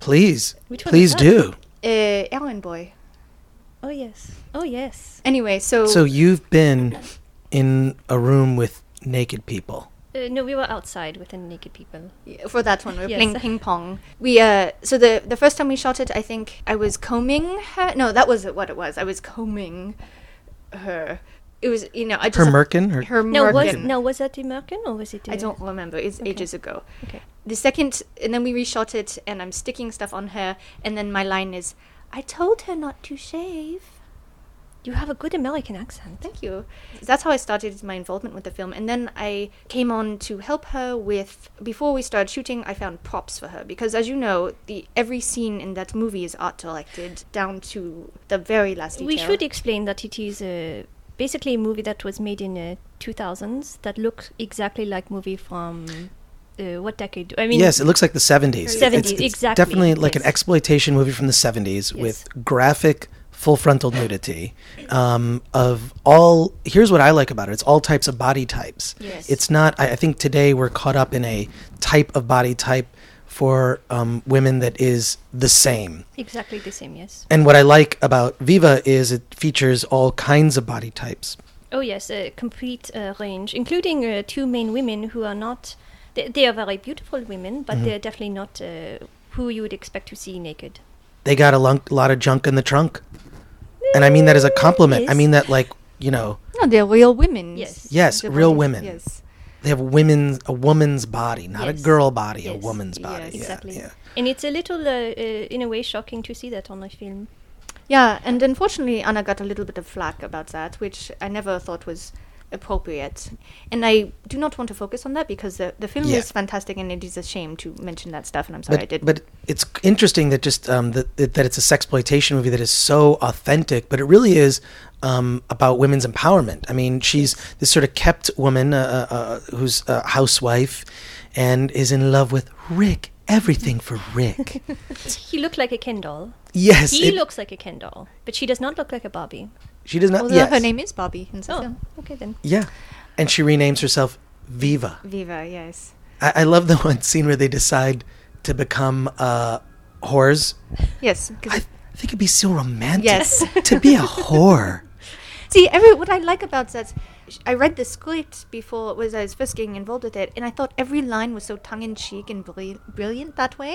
S3: Please,
S1: Which one is
S3: please
S1: that?
S3: do.
S2: Uh, Aaron Boy.
S1: Oh yes. Oh yes.
S2: Anyway, so,
S3: So you've been in a room with naked people.
S1: Uh, no, we were outside with the naked people.
S2: for that one, we're
S1: Yes.
S2: playing ping pong. We uh, so the the first time we shot it, I think I was combing her. No, that was what it was. I was combing her. It was you know I
S3: Her
S2: just
S3: merkin. Her,
S2: her
S1: No, was
S2: merkin.
S1: no was that American or was it?
S2: I
S1: uh,
S2: don't remember. It's ages ago.
S1: Okay.
S2: The second, and then we reshot it, and I'm sticking stuff on her, and then my line is, "I told her not to shave."
S1: You have a good American accent.
S2: Thank you. That's how I started my involvement with the film, and then I came on to help her with. Before we started shooting, I found props for her because, as you know, the every scene in that movie is art directed down to the very last detail.
S1: We should explain that it is uh, basically a movie that was made in uh, 2000s that looks exactly like movie from uh, what decade? I mean,
S3: yes, it looks like the 70s. It's-
S1: 70s,
S3: it's
S1: exactly,
S3: Definitely like an
S1: yes.
S3: exploitation movie from the 70s with graphic full frontal nudity um, of all here's what i like about it it's all types of body types
S1: Yes.
S3: it's not I, I think today we're caught up in a type of body type for um, women that is the same
S1: exactly the same. Yes.
S3: and what i like about viva is it features all kinds of body types
S1: Oh yes, a complete uh, range, including uh, two main women who are not. They, they are very beautiful women,
S3: Mm-hmm.
S1: but they're definitely not uh, who you would expect to see naked.
S3: they got a lunk, lot of junk in the trunk and i mean that as a compliment i
S1: Yes.
S3: mean that like you know
S7: No, they're real women.
S1: Yes.
S3: Yes,
S7: They're
S3: real
S7: bodies-
S3: women.
S7: Yes.
S3: They have women's a woman's body, not a
S1: Yes.
S3: girl body, a
S1: Yes.
S3: woman's body.
S7: Yes,
S3: Yeah,
S1: exactly.
S3: yeah.
S1: And it's a little, uh, uh, in a way, shocking to see that on a film.
S7: Yeah, and unfortunately, Anna got a little bit of flack about that, which I never thought was appropriate. And I do not want to focus on that because the, the film
S3: Yeah.
S7: is fantastic and it is a shame to mention that stuff, and I'm sorry I
S3: But,
S7: did.
S3: but it's interesting that just um, that, that that it's a sexploitation movie that is so authentic, but it really is um, about women's empowerment. I mean, she's this sort of kept woman uh, uh, uh, who's a housewife and is in love with Rick. Everything for Rick.
S1: He looked like a Ken doll.
S3: yes,
S1: He
S3: it-
S1: looks like a Ken doll, but she does not look like a Barbie.
S3: she does not.
S7: Although
S3: yes.
S7: her name is Barbie in the
S1: Oh,
S7: film.
S1: okay then.
S3: Yeah, and she renames herself Viva.
S7: Viva, yes.
S3: I, I love the one scene where they decide to become uh, whores
S7: Yes. 'cause
S3: I, I think it'd be so romantic.
S7: Yes.
S3: to be a whore.
S7: See, every what I like about that, sh- I read the script before was I was first getting involved with it, and I thought every line was so tongue in cheek and bri- brilliant that way,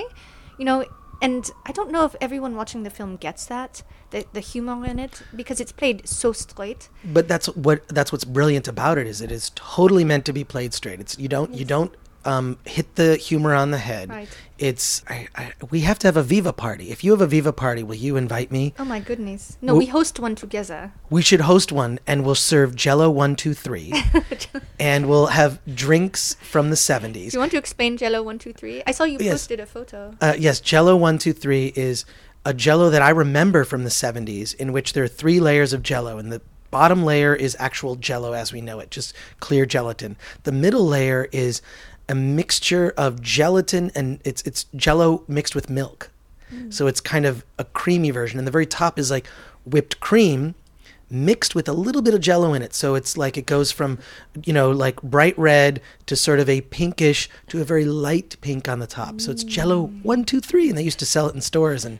S7: you know. And I don't know if everyone watching the film gets that the the humor in it because it's played so straight.
S3: But that's what that's what's brilliant about it is it is totally meant to be played straight. It's you don't you don't um, hit the humor on the head.
S7: Right.
S3: It's I, I, we have to have a Viva party. If you have a Viva party, will you invite me?
S7: Oh my goodness! No, we host one together.
S3: We should host one, and we'll serve Jello one two three, and we'll have drinks from the seventies.
S7: Do you want to explain Jello one two three? I saw you
S3: Yes.
S7: posted a photo.
S3: Uh, yes, Jello one two three is a Jello that I remember from the '70s, in which there are three layers of Jello, and the bottom layer is actual Jello as we know it, just clear gelatin. The middle layer is a mixture of gelatin and it's it's Jello mixed with milk, so it's kind of a creamy version. And the very top is like whipped cream mixed with a little bit of jello in it so it's like it goes from you know like bright red to sort of a pinkish to a very light pink on the top so it's jello one two three and they used to sell it in stores and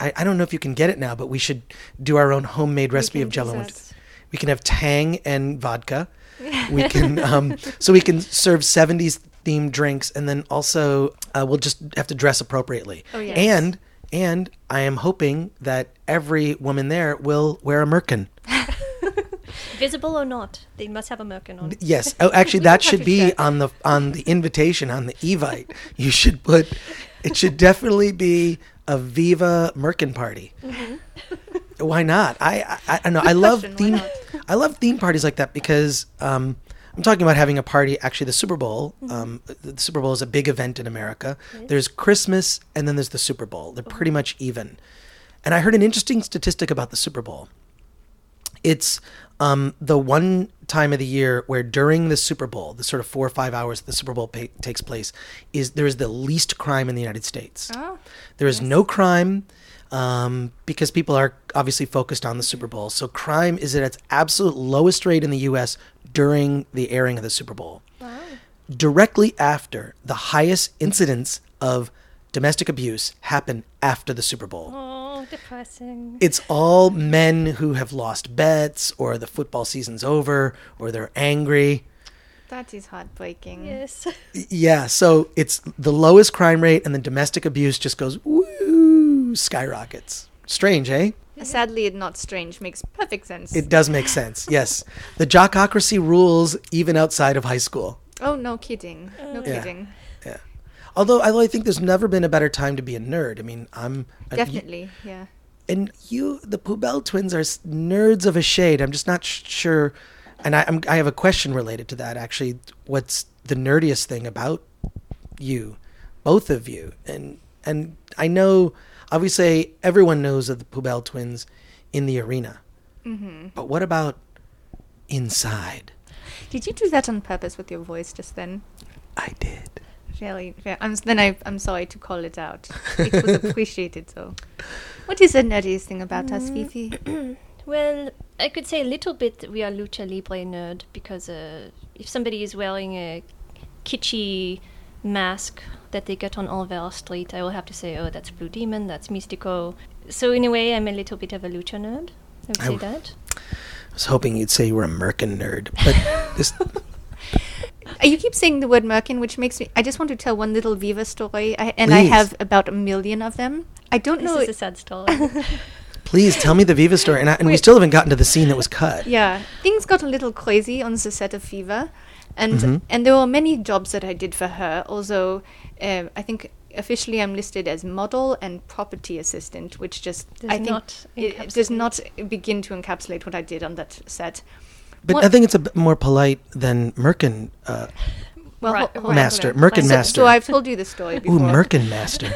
S3: i, I don't know if you can get it now but we should do our own homemade recipe of jello one, two, we can have tang and vodka we can um, so we can serve 70s themed drinks and then also uh, we'll just have to dress appropriately oh,
S7: yes.
S3: and and i am hoping that every woman there will wear a merkin
S1: Visible or not, they must have a merkin on.
S3: Yes. Oh, actually, that should be on the on the invitation on the evite. You should put. It should definitely be a Viva Merkin party. Why not? I I, I know. I love
S7: Mm-hmm. question, why
S3: theme. I love theme parties like that because um, I'm talking about having a party. Actually, the Super Bowl.
S7: Mm-hmm.
S3: Um, the Super Bowl is a big event in America. There's Christmas and then there's the Super Bowl.
S7: Oh.
S3: They're pretty much even. And I heard an interesting statistic about the Super Bowl it's um, the one time of the year where during the Super Bowl, the sort of four or five hours that the Super Bowl pa- takes place, is there is the least crime in the United States. there is no crime um, because people are obviously focused on the Super Bowl. So crime is at its absolute lowest rate in the U.S. during the airing of the Super Bowl. Directly after, the highest incidents of domestic abuse happen after the Super Bowl
S1: Oh, depressing.
S3: it's all men who have lost bets or the football season's over or they're angry.
S7: That is heartbreaking.
S1: Yes.
S3: Yeah, so it's the lowest crime rate and the domestic abuse just goes woo skyrockets. Strange, eh?
S7: Sadly, it not strange makes perfect sense.
S3: It does make sense. Yes. The jockocracy rules even outside of high school.
S7: oh no, kidding! No
S3: Yeah.
S7: kidding!
S3: Yeah. Although although I think there's never been a better time to be a nerd. I mean, I'm a-
S7: Definitely, yeah.
S3: and you the Poubelle twins are s- nerds of a shade i'm just not sh- sure and I, I'm, I have a question related to that actually what's the nerdiest thing about you both of you and and i know obviously everyone knows of the Poubelle twins in the arena
S7: Mm-hmm.
S3: but what about inside
S7: Did you do that on purpose with your voice just then?
S3: i did
S2: very, very. I'm, s- then I, I'm sorry to call it out. It was appreciated, though. What is the nerdiest thing about us,
S1: Mm.
S2: Fifi?
S1: Well, I could say a little bit that we are lucha libre nerd because uh, if somebody is wearing a kitschy mask that they get on Olvar Street, I will have to say, oh, that's Blue Demon, that's Mystico. So in a way, I'm a little bit of a lucha nerd. I would
S3: I
S1: say
S3: w-
S1: that.
S3: I was hoping you'd say you were a Merkin nerd, but this
S2: Uh, You keep saying the word merkin, which makes me. I just want to tell one little Viva story, I, and I
S3: Please.
S2: have about a million of them. I don't
S1: This
S2: know.
S1: is a sad story.
S3: please tell me the Viva story, and, I, and we
S2: Wait.
S3: still haven't gotten to the scene that was cut.
S2: yeah, things got a little crazy on the set of Fever, and
S3: Mm-hmm.
S2: and there were many jobs that I did for her. Although um, I think officially I'm listed as model and property assistant, which just
S1: Does
S2: I think
S1: not
S2: it, it does not begin to encapsulate what I did on that set.
S3: But
S2: What-
S3: I think it's a bit more polite than Merkin uh,
S2: Well,
S1: Right,
S2: ho-
S1: right.
S3: Master.
S2: hold on.
S3: Merkin
S2: So-
S3: Master.
S2: So I've told you the story before.
S3: Ooh, Merkin Master.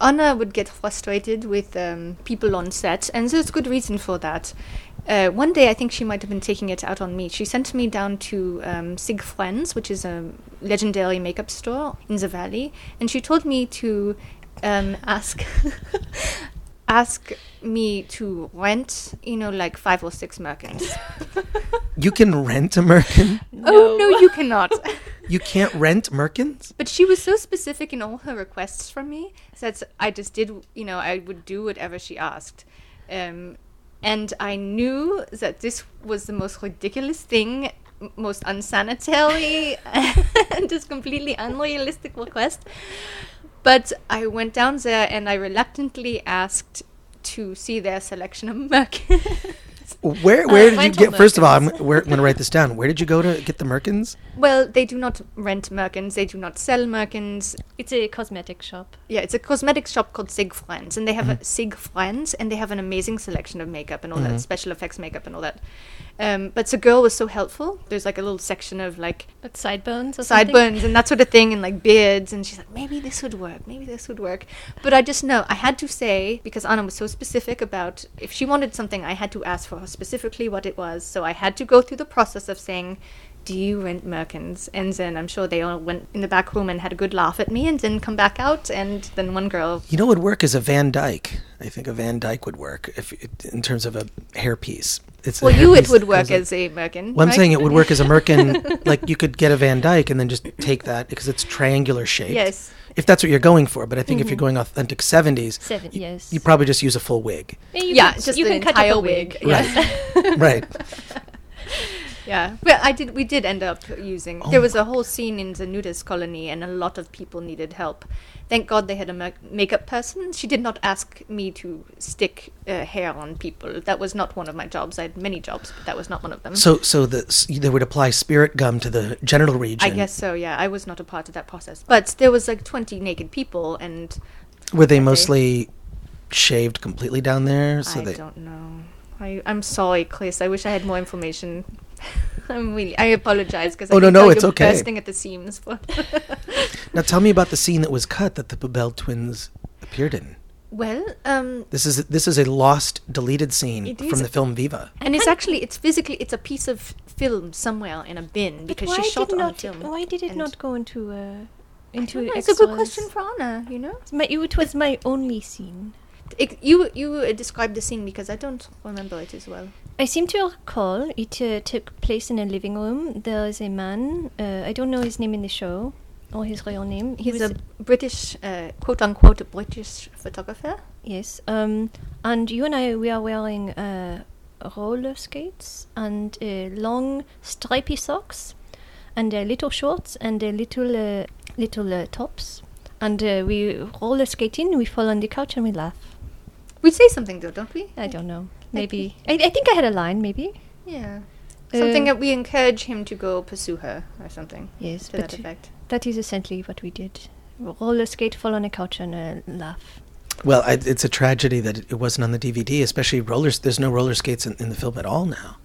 S2: Anna would get frustrated with um, people on set, and there's good reason for that. Uh, one day, I think she might have been taking it out on me. She sent me down to um, Sigfried's, which is a legendary makeup store in the valley, and she told me to um, ask ask me to rent, you know, like five or six merkins.
S3: You can rent a Merkin?
S2: Oh no, you cannot.
S3: You can't rent Merkins?
S2: But she was so specific in all her requests from me that I just did, you know, I would do whatever she asked. Um, and I knew that this was the most ridiculous thing, m- most unsanitary, and just completely unrealistic request. But I went down there and I reluctantly asked to see their selection of merkins. Uh,
S3: Where where did you
S1: rental
S3: get? First of all, I'm, where, I'm going to write this down. Where did you go to get the Merkins?
S2: well, they do not rent merkins, they do not sell merkins.
S1: it's a cosmetic shop.
S2: Yeah, it's a cosmetic shop called Sig Friends, and they have a Sig Friends, and they have an amazing selection of makeup and all that special effects makeup and all that. Um, but the girl was so helpful. There's like a little section of like
S1: But sideburns or something?
S2: sideburns and that sort of thing, and like beards, and she's like, maybe this would work, maybe this would work. But I just know I had to say because Anna was so specific about if she wanted something, I had to ask for her specifically what it was. So I had to go through the process of saying. Do you rent Merkins? And then I'm sure they all went in the back room and had a good laugh at me, and then come back out. And then one girl
S3: You know what would work is a Van Dyke. I think a Van Dyke would work if in terms of a hairpiece. It's a
S2: Well, you it
S3: hairpiece
S2: would
S3: that
S2: work
S3: goes up.
S2: as a Merkin.
S3: Well, I'm
S2: right?
S3: saying it would work as a merkin. like you could get a Van Dyke and then just take that because it's triangular shaped.
S2: Yes. Mm-hmm.
S3: If that's what you're going for, but I think if you're going authentic 70s,
S1: Seven,
S3: you,
S1: yes.
S3: you probably just use a full wig.
S1: you
S2: yeah,
S1: can,
S2: just
S1: you
S2: the
S1: can cut
S2: entire
S1: up a
S2: wig.
S1: wig.
S3: Right. right.
S2: Yeah, but I did. We did end up using. there
S3: Oh
S2: was a whole scene in the nudist colony, and a lot of people needed help. Thank God they had a ma- makeup person. She did not ask me to stick uh, hair on people. That was not one of my jobs. I had many jobs, but that was not one of them.
S3: So so the s- they would apply spirit gum to the genital region.
S2: I guess so. Yeah, I was not a part of that process. But there was like twenty naked people, and
S3: Were they mostly shaved completely down there? So
S2: I
S3: they
S2: don't know. I, I'm sorry, Chris. I wish I had more information. I'm really. I apologize because
S3: Oh,
S2: I
S3: no,
S2: can
S3: no,
S2: tell
S3: it's
S2: you're
S3: okay.
S2: bursting at the seams. For
S3: Now tell me about the scene that was cut that the Babel twins appeared in.
S2: well, um,
S3: This is this is a lost deleted scene
S2: It
S3: from
S2: is-
S3: the film Viva.
S2: and it's actually it's physically it's a piece of film somewhere in a bin
S1: But
S2: because
S1: why
S2: she shot
S1: did
S2: on
S1: not,
S2: film.
S1: Why did it
S2: and-
S1: not go into uh, into
S2: Yeah, It's
S1: extras?
S2: a good question for Anna. You know,
S1: My, it was my only scene.
S2: it, you you uh, described the scene because I don't remember it as well.
S1: I seem to recall it uh, took place in a living room. There is a man. Uh, I don't know his name in the show or his real name. He
S2: He's
S1: was
S2: a British, uh, quote unquote, British photographer.
S1: yes. Um, and you and I we are wearing uh, roller skates and uh, long stripy socks and uh, little shorts and uh, little uh, little uh, tops. And uh, we roller skate in. We fall on the couch and we laugh.
S2: We say something though, don't we?
S1: I don't know. Maybe I, I think I had a line. Maybe
S2: Yeah. Something
S1: Uh,
S2: that we encourage him to go pursue her or something.
S1: Yes,
S2: To that
S1: but-
S2: effect.
S1: that is essentially what we did. Roller skate, fall on a couch, and uh, laugh.
S3: Well, I, it's a tragedy that it wasn't on the DVD, especially rollers. There's no roller skates in, in the film at all now.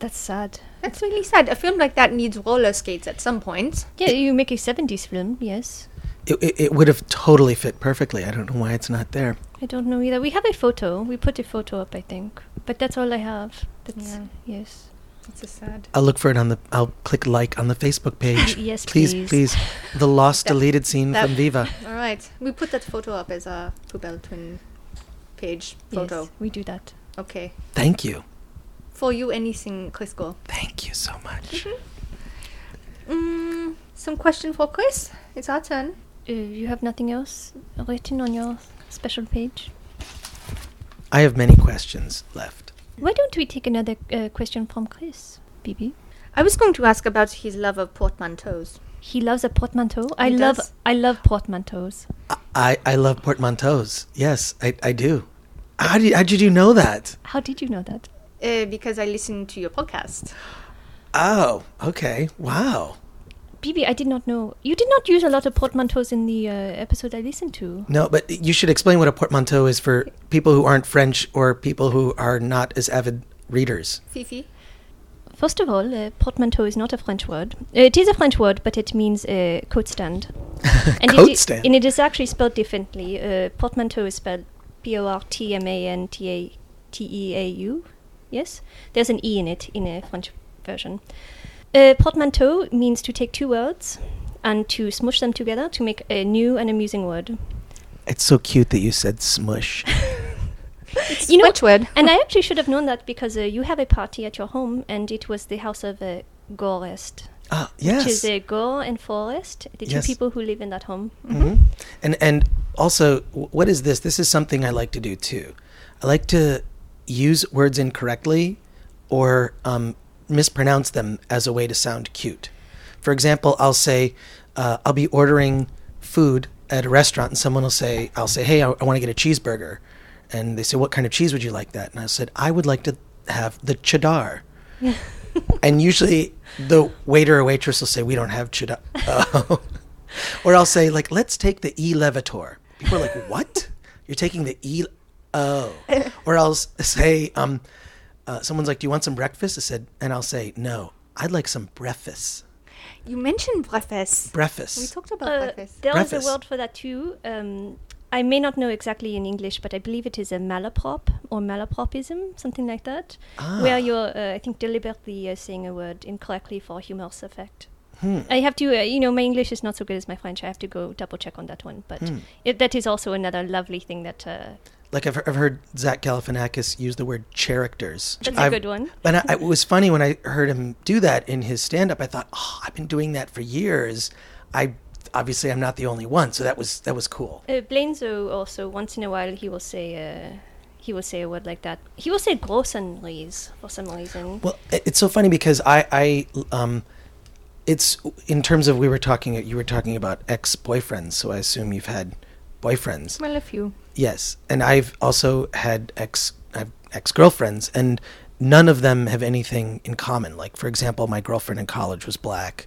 S1: That's sad.
S2: That's really sad. A film like that needs roller skates at some point.
S1: Yeah, you make a '70s film. Yes,
S3: It, it, it would have totally fit perfectly. I don't know why it's not there.
S1: I don't know either. We have a photo. We put a photo up, I think, but that's all I have. That's yes.
S7: It's a sad.
S3: I'll look for it on the. I'll click like on the Facebook page.
S1: Yes,
S3: please,
S1: please.
S3: The lost deleted scene
S7: that-
S3: from Viva.
S7: All right, we put that photo up as a Poubelle twin page photo.
S2: Yes, we do that.
S7: Okay.
S3: Thank you.
S7: For you, anything, Crisco?
S3: Thank you so much.
S7: Mm-hmm.
S1: Mm-hmm.
S7: Mm, some question for Chris? It's our turn.
S1: Uh, you have nothing else written on your special page?
S3: I have many questions left.
S1: Why don't we take another uh, question from Chris, BB?
S7: I was going to ask about his love of portmanteaus.
S1: He loves a portmanteau. I
S7: He
S1: love
S7: does?
S1: I love portmanteaus.
S3: I, I love portmanteaus. Yes, I, I do. How did, how did you know that?
S1: How did you know that?
S7: Uh, because I listened to your podcast.
S3: Oh, okay. Wow.
S1: BB, I did not know. You did not use a lot of portmanteaus in the uh, episode I listened to.
S3: No, but you should explain what a portmanteau is for people who aren't French or people who are not as avid readers.
S7: Fifi?
S1: First of all, uh, portmanteau is not a French word. Uh, It is a French word, but it means uh, coat stand. it
S3: Coat
S1: i-
S3: stand?
S1: And it is actually spelled differently. Uh, portmanteau is spelled P O R T M A N T A T E A U. Yes? There's an E in it in a French version. Uh, portmanteau means to take two words and to smush them together to make a new and amusing word.
S3: It's so cute that you said smush.
S1: you know,
S7: French word.
S1: and I actually should have known that because uh, you have a party at your home, and it was the house of uh, Gorest,
S3: Ah,
S1: which is
S3: yes.
S1: uh, Gore and Forest, the
S3: Yes.
S1: two people who live in that home.
S3: Mhm. And and also, wh- what is this? This is something I like to do too. I like to use words incorrectly or um, mispronounce them as a way to sound cute. For example, I'll say uh, I'll be ordering food at a restaurant, and someone will say, "I'll say, hey, I, I want to get a cheeseburger," and they say, "What kind of cheese would you like that?" And I said, "I would like to have the cheddar." and usually the waiter or waitress will say, "We don't have cheddar," Oh. or I'll say, "Like, let's take the E Levator." People are like, "What? You're taking the E?" Oh, or I'll s- say, um, uh, "Someone's like, do you want some breakfast?" I said, and I'll say, "No, I'd like some breakfast."
S7: You mentioned breakfast. We
S3: Breakfast.
S7: talked about
S1: Uh,
S7: breakfast.
S1: there is a
S3: Preface.
S1: word for that too. Um, I may not know exactly in English, but I believe it is a malaprop or malapropism, something like that,
S3: Ah.
S1: where you're, uh, I think, deliberately uh, saying a word incorrectly for humorous effect.
S3: Hmm.
S1: I have to, uh, you know, my English is not so good as my French. I have to go double check on that one, but
S3: Hmm.
S1: it, that is also another lovely thing that uh,
S3: like I've, I've heard Zach Galifianakis use the word characters.
S1: That's a
S3: I've-
S1: good one.
S3: And I, it was funny when I heard him do that in his stand-up. I thought, oh, I've been doing that for years. I obviously I'm not the only one, so that was that was cool.
S1: Uh, Blenzo also once in a while he will say uh, he will say a word like that. He will say grosenries for some reason.
S3: Well, i- it's so funny because I, I, um, it's in terms of we were talking. You were talking about ex-boyfriends, so I assume you've had boyfriends.
S7: Well, a few.
S3: Yes, and I've also had ex I've ex girlfriends, and none of them have anything in common. Like, for example, my girlfriend in college was black.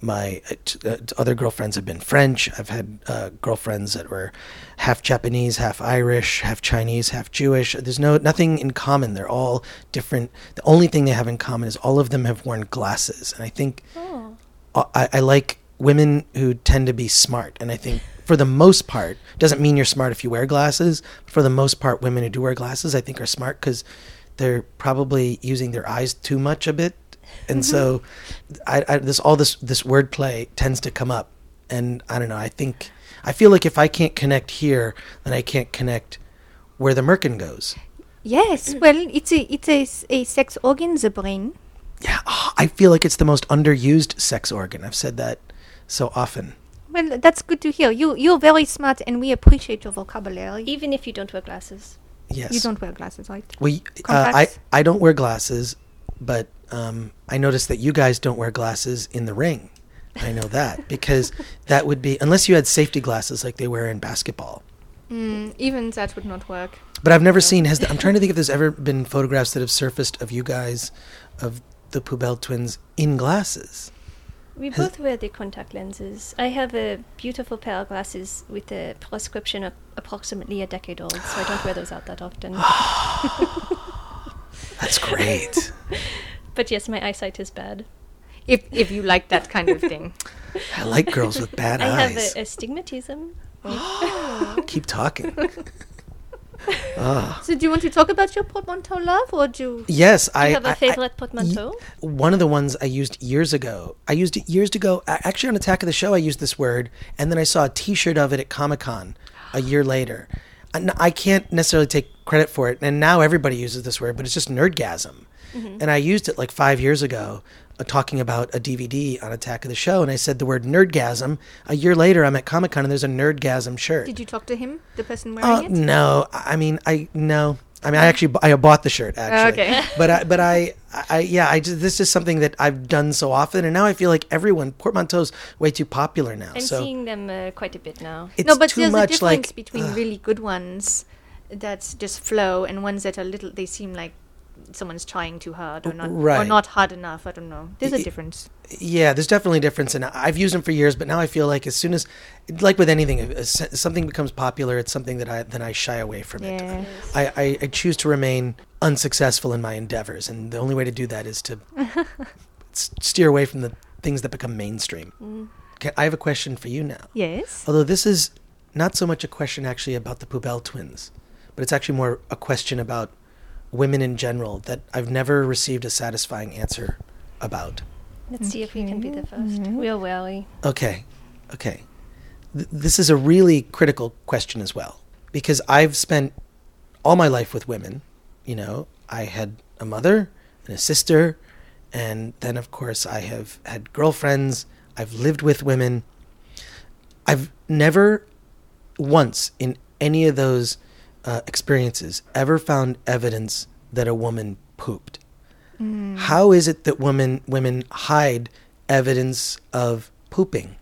S3: My uh, t- uh, t- other girlfriends have been French. I've had uh, girlfriends that were half Japanese, half Irish, half Chinese, half Jewish. There's no nothing in common. They're all different. The only thing they have in common is all of them have worn glasses, and I think uh, I, I like women who tend to be smart, and I think for the most part, doesn't mean you're smart if you wear glasses. For the most part, women who do wear glasses, I think, are smart because they're probably using their eyes too much a bit,
S7: Mm-hmm.
S3: and so I, I, this all this this wordplay tends to come up, and I don't know. I think I feel like if I can't connect here, then I can't connect where the merkin goes.
S7: Yes, well, it's a, it's a, s- a sex organ, the brain.
S3: Yeah, ah, I feel like it's the most underused sex organ. I've said that so often.
S7: Well, that's good to hear. You, you're very smart and we appreciate your vocabulary.
S1: Even if you don't wear glasses.
S3: Yes,
S7: You don't wear glasses, right?
S3: We, uh, I,
S7: Contacts?
S3: I don't wear glasses, but um, I noticed that you guys don't wear glasses in the ring. I know that because that would be unless you had safety glasses like they wear in basketball.
S7: Mm, even that would not work.
S3: But I've never seen. Has I'm trying to think if there's ever been photographs that have surfaced of you guys, of the Poubelle twins in glasses.
S1: We both wear the contact lenses. I have a beautiful pair of glasses with a prescription of approximately a decade old, so I don't wear those out that often.
S3: That's great.
S1: But yes, my eyesight is bad.
S7: If, if you like that kind of thing.
S3: I like girls with bad
S1: I have
S3: eyes.
S1: a, astigmatism.
S3: Keep talking. Ah.
S2: So, do you want to talk about your portmanteau, love, or do you
S3: Yes, I
S1: have
S3: I-
S1: a
S3: I-
S1: favorite portmanteau?
S3: one of the ones I used years ago. I used it years ago. a- Actually, on Attack of the Show, I used this word, and then I saw a T-shirt of it at Comic Con a year later. And I can't necessarily take credit for it, and now everybody uses this word, but it's just nerdgasm.
S1: Mm-hmm.
S3: And I used it like five years ago, uh, talking about a DVD on Attack of the Show, and I said the word nerdgasm. A year later, I'm at Comic Con, and there's a nerdgasm shirt.
S2: did you talk to him, the person
S3: Uh,
S2: wearing it?
S3: no, I I mean, I no. I mean, I actually bu- I bought the shirt actually.
S2: Okay.
S3: but I, but I, I yeah, I just, this is something that I've done so often, and now I feel like everyone portmanteaus way too popular now.
S1: I'm
S3: so
S1: seeing them uh, quite a bit now.
S3: it's
S2: no, but
S3: too
S2: there's a
S3: much
S2: difference
S3: like uh.
S2: between really good ones that just flow and ones that are little. They seem like someone's trying too hard or not or
S3: Right.
S2: not hard enough. I don't know. There's
S3: I-
S2: a difference.
S3: yeah, there's definitely a difference, and I've used them for years, but now I feel like as soon as like with anything, as something becomes popular, it's something that I then I shy away from
S2: Yeah.
S3: it. I, I, I choose to remain unsuccessful in my endeavors, and the only way to do that is to s- steer away from the things that become mainstream. Okay, I have a question for you now.
S2: Yes.
S3: Although this is not so much a question actually about the Poubelle twins, but it's actually more a question about women in general that I've never received a satisfying answer about.
S1: Let's see if we can be the 1st We are wary.
S3: Okay, okay. Th- this is a really critical question as well because I've spent all my life with women. You know, I had a mother and a sister, and then of course I have had girlfriends. I've lived with women. I've never once in any of those uh, experiences ever found evidence that a woman pooped. How is it that women women hide evidence of pooping?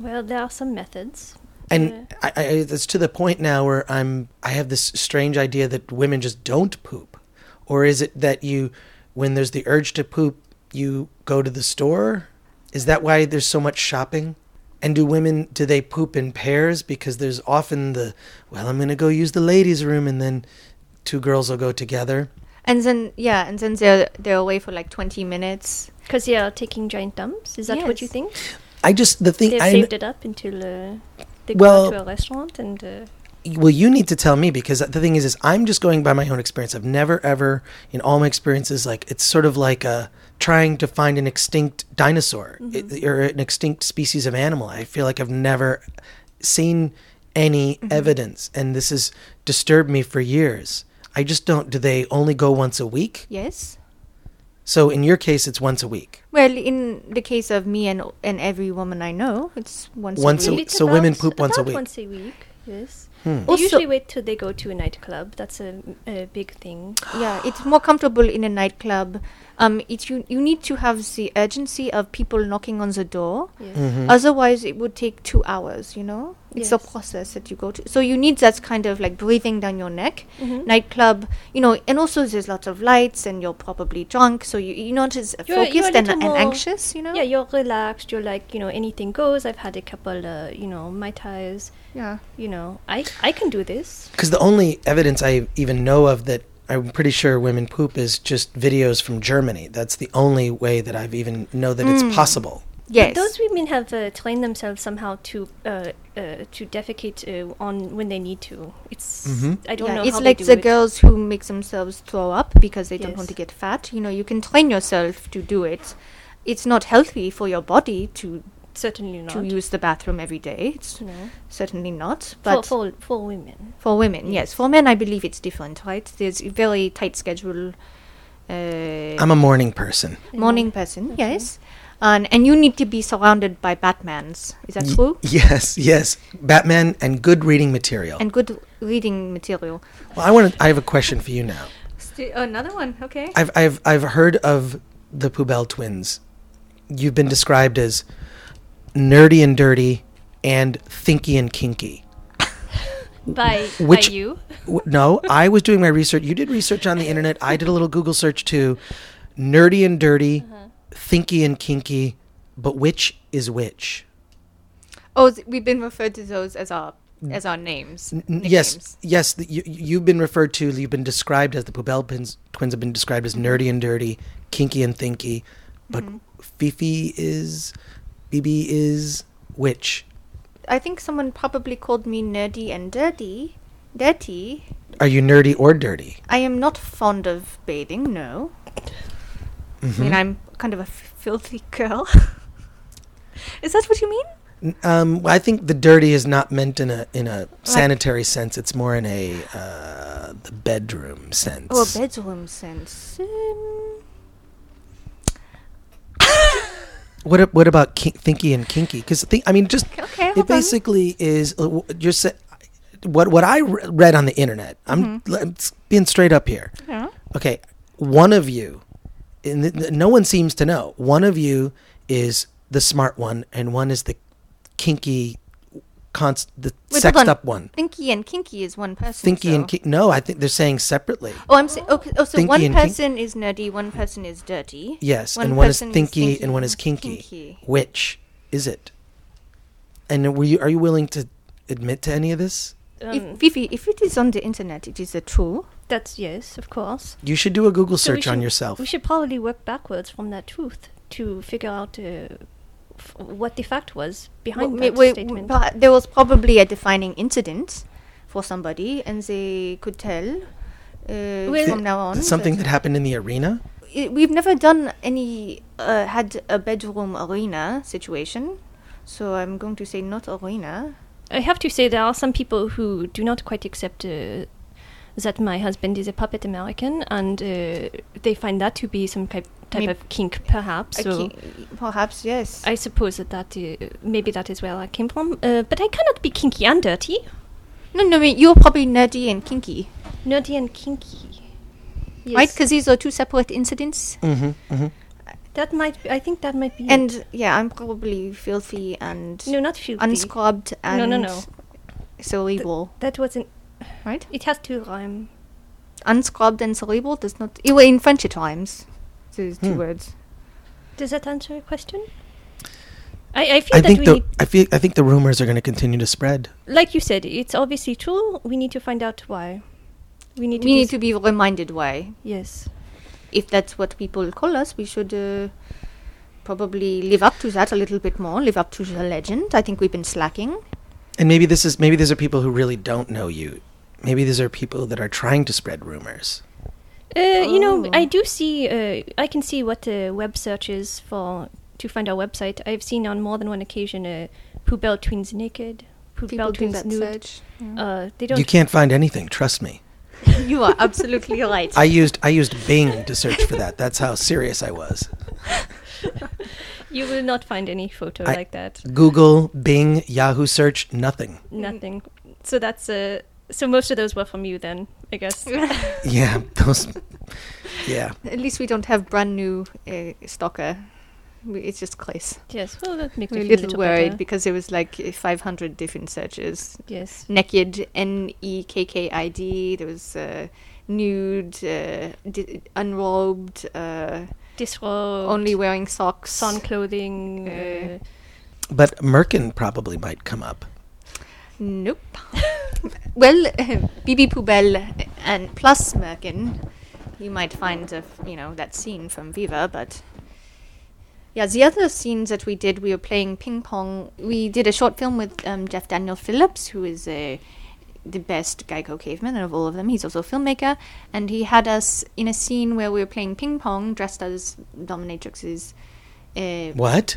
S1: Well, there are some methods.
S3: And I, I, it's to the point now where I'm I have this strange idea that women just don't poop, or is it that you, when there's the urge to poop, you go to the store? Is that why there's so much shopping? And do women do they poop in pairs? Because there's often the well, I'm gonna go use the ladies' room, and then two girls will go together.
S2: And then yeah, and then they're they're away for like 20 minutes.
S1: Because they are taking giant dumps. Is that what you
S2: Yes.
S1: think?
S3: I just the thing
S1: They've
S3: I
S1: saved it up until uh, they
S3: Well-
S1: go out to a restaurant and. Uh,
S3: well you need to tell me because the thing is is i'm just going by my own experience i've never ever in all my experiences like it's sort of like uh trying to find an extinct dinosaur i- or an extinct species of animal i feel like i've never seen any evidence and this has disturbed me for years i just don't do they only go once a week
S2: Yes.
S3: so in your case it's once a week
S2: Well, in the case of me and and every woman I know, it's once
S3: Once
S2: a
S3: a-
S2: week.
S1: It's
S3: so women
S1: about-
S3: poop once a
S1: about
S3: week. Hmm.
S1: Once a week, yes. They
S2: Also-
S1: usually wait till they go to a nightclub. That's a, a big thing.
S3: Hmm.
S2: yeah, it's more comfortable in a nightclub. Um, it you you need to have the urgency of people knocking on the door.
S1: Yes.
S3: Mm-hmm.
S2: Otherwise, it would take two hours. You know, it's a
S1: Yes.
S2: process that you go to. So you need that kind of like breathing down your neck.
S1: Mm-hmm.
S2: Nightclub, you know, and also there's lots of lights, and you're probably drunk, so you you're not as
S1: You're-
S2: focused
S1: you're a
S2: and,
S1: little
S2: and
S1: more-
S2: anxious. You know.
S1: Yeah, you're relaxed. You're like, you know, anything goes. I've had a couple, uh, you know, my ties.
S2: yeah.
S1: You know, I I can do this.
S3: because the only evidence i even know of that i'm pretty sure women poop is just videos from germany that's the only way that i've even know that it's possible
S2: Yes.
S1: Those women have uh, trained themselves somehow to uh, uh, to defecate uh, on when they need to. It's
S3: Mm-hmm.
S1: I don't
S2: Yeah,
S1: know.
S2: it's
S1: how
S2: like
S1: they do
S2: the
S1: it.
S2: girls who make themselves throw up because they don't
S1: Yes.
S2: want to get fat. You know, you can train yourself to do it. It's not healthy for your body to
S1: certainly not.
S2: to use the bathroom every day. It's
S1: No.
S2: certainly not.
S1: for,
S2: But for,
S1: for for women,
S2: women, yes. For men, I believe it's different, right? There's a very tight schedule. Uh,
S3: i'm a morning person
S2: morning person, yes. And, and you need to be surrounded by Batmans. Is that
S3: Y-
S2: true?
S3: Yes, yes. Batman and good reading material.
S2: And good reading material.
S3: well, I want to I have a question for you now.
S2: another one, okay.
S3: I've I've I've heard of the Poubelle twins. You've been described as nerdy and dirty and thinky and kinky.
S1: by
S3: Which-
S1: by you.
S3: W- No, I was doing my research. You did research on the internet. I did a little Google search too. Nerdy and dirty, thinky and kinky, but which is which?
S2: Oh, th- we've been referred to those as our as our names.
S3: Mm. N- Yes,
S2: nicknames.
S3: yes. th- You, you've been referred to. You've been described as the Poubelle pins, twins have been described as nerdy and dirty, kinky and thinky, but Fifi is, Bibi is which?
S2: I think someone probably called me nerdy and dirty, Dirty.
S3: Are you nerdy or dirty?
S2: I am not fond of bathing, no. I
S3: Mm-hmm.
S2: mean, I'm kind of a f- filthy girl. Is that what you mean?
S3: N- Um, I think the dirty is not meant in a in a sanitary sense. It's more in a uh, the bedroom sense.
S2: Oh, a bedroom sense. Um,
S3: What ab- what about ki- thinky and kinky? Because I mean, just
S2: Okay, hold on.
S3: it basically is uh, w- you're sa- what what I re- read on the internet. I'm,
S2: Mm-hmm.
S3: l- I'm s- being straight up here.
S2: Yeah.
S3: Okay, one of you, and th- th- no one seems to know. One of you is the smart one, and one is the kinky, const- the
S2: Wait, hold
S3: sexed
S2: on.
S3: up one.
S2: Thinky and kinky is one person.
S3: Thinky and
S2: so-
S3: kinky. No, I think they're saying separately.
S2: Oh, I'm saying. Okay, oh, so
S3: Thinky
S2: one
S3: and kink-
S2: person is nerdy, one person is dirty.
S3: Yes, and one is
S2: person
S3: thinky, and one is kinky. Which is it? And were you, are you willing to admit to any of this?
S1: Mm.
S2: if, Vivi, if it is on the internet, it is a true.
S1: um, That's yes, of course.
S3: You should do a Google
S1: So we
S3: search on
S1: should-
S3: yourself.
S1: We should probably work backwards from that truth to figure out uh, f- what the fact was behind
S2: Well,
S1: that
S2: wait,
S1: statement.
S2: but there was probably a defining incident for somebody, and they could tell uh,
S1: Well-
S2: from now on.
S3: Is it something
S2: but-
S3: that happened in the arena?
S2: I- we've never done any uh, had a bedroom arena situation, so I'm going to say not arena.
S1: I have to say there are some people who do not quite accept uh, that my husband is a puppet American, and uh, they find that to be some type, type
S2: Mayb-
S1: of kink, perhaps.
S2: A
S1: so
S2: ki- perhaps yes.
S1: I suppose that that uh, maybe that is where I came from. Uh, but I cannot be kinky and dirty,
S2: no, no, wait, you're probably nerdy and kinky,
S1: nerdy and kinky.
S2: Right? 'Cause right? Because these are two separate incidents.
S3: Mm-hmm, mm-hmm.
S1: that might. Be, I think that might be.
S2: And yeah, I'm probably filthy and
S1: no, not filthy.
S2: unscrubbed and
S1: No, no, no.
S2: cerebral,
S1: That wasn't.
S2: right?
S1: It has to rhyme.
S2: Unscrubbed and cerebral does not. eh, well, in French it rhymes. Those two
S3: Hmm.
S2: words.
S1: Does that answer your question? I, I feel
S3: I
S1: that
S3: think
S1: we
S3: the
S1: need,
S3: I feel I think the rumors are going to continue to spread.
S1: like you said, it's obviously true. We need to find out why. We need to.
S2: We
S1: do
S2: need
S1: s-
S2: to be reminded why,
S1: Yes.
S2: if that's what people call us, we should uh, probably live up to that a little bit more. Live up to the legend. I think we've been slacking.
S3: And maybe this is maybe these are people who really don't know you. Maybe these are people that are trying to spread rumors.
S1: Uh, You know, I do see. Uh, I can see what uh, web searches for to find our website. I've seen on more than one occasion uh, "poubelle twins naked," "poubelle twins nude." Uh, they don't.
S3: You can't find anything, trust me.
S2: you are absolutely right.
S3: I used I used Bing to search for that. That's how serious I was.
S1: You will not find any photo
S3: I-
S1: like that.
S3: Google, Bing, Yahoo search, nothing.
S1: Nothing. So that's uh, so most of those were from you then, I guess.
S3: Yeah, those Yeah.
S2: At least we don't have brand new uh, stalker. We, it's just Clace.
S1: yes. Well, that makes me
S2: We're a
S1: feel
S2: little
S1: little
S2: worried
S1: better.
S2: because there was like eh, 500 different searches.
S1: Yes.
S2: Naked, N E K K I D. There was uh, nude, uh, d- unrobed, uh,
S1: Disrobe.
S2: only wearing socks.
S1: sun clothing.
S2: Uh,
S1: Uh,
S3: But Merkin probably might come up.
S2: Nope. well, Bibi Poubelle and plus Merkin, you might find, uh, you know, that scene from Viva, but. Yeah, the other scenes that we did, we were playing ping pong. We did a short film with um, Jeff Daniel Phillips, who is uh, the best Geico caveman of all of them. He's also a filmmaker, and he had us in a scene where we were playing ping pong dressed as dominatrixes uh,
S3: What?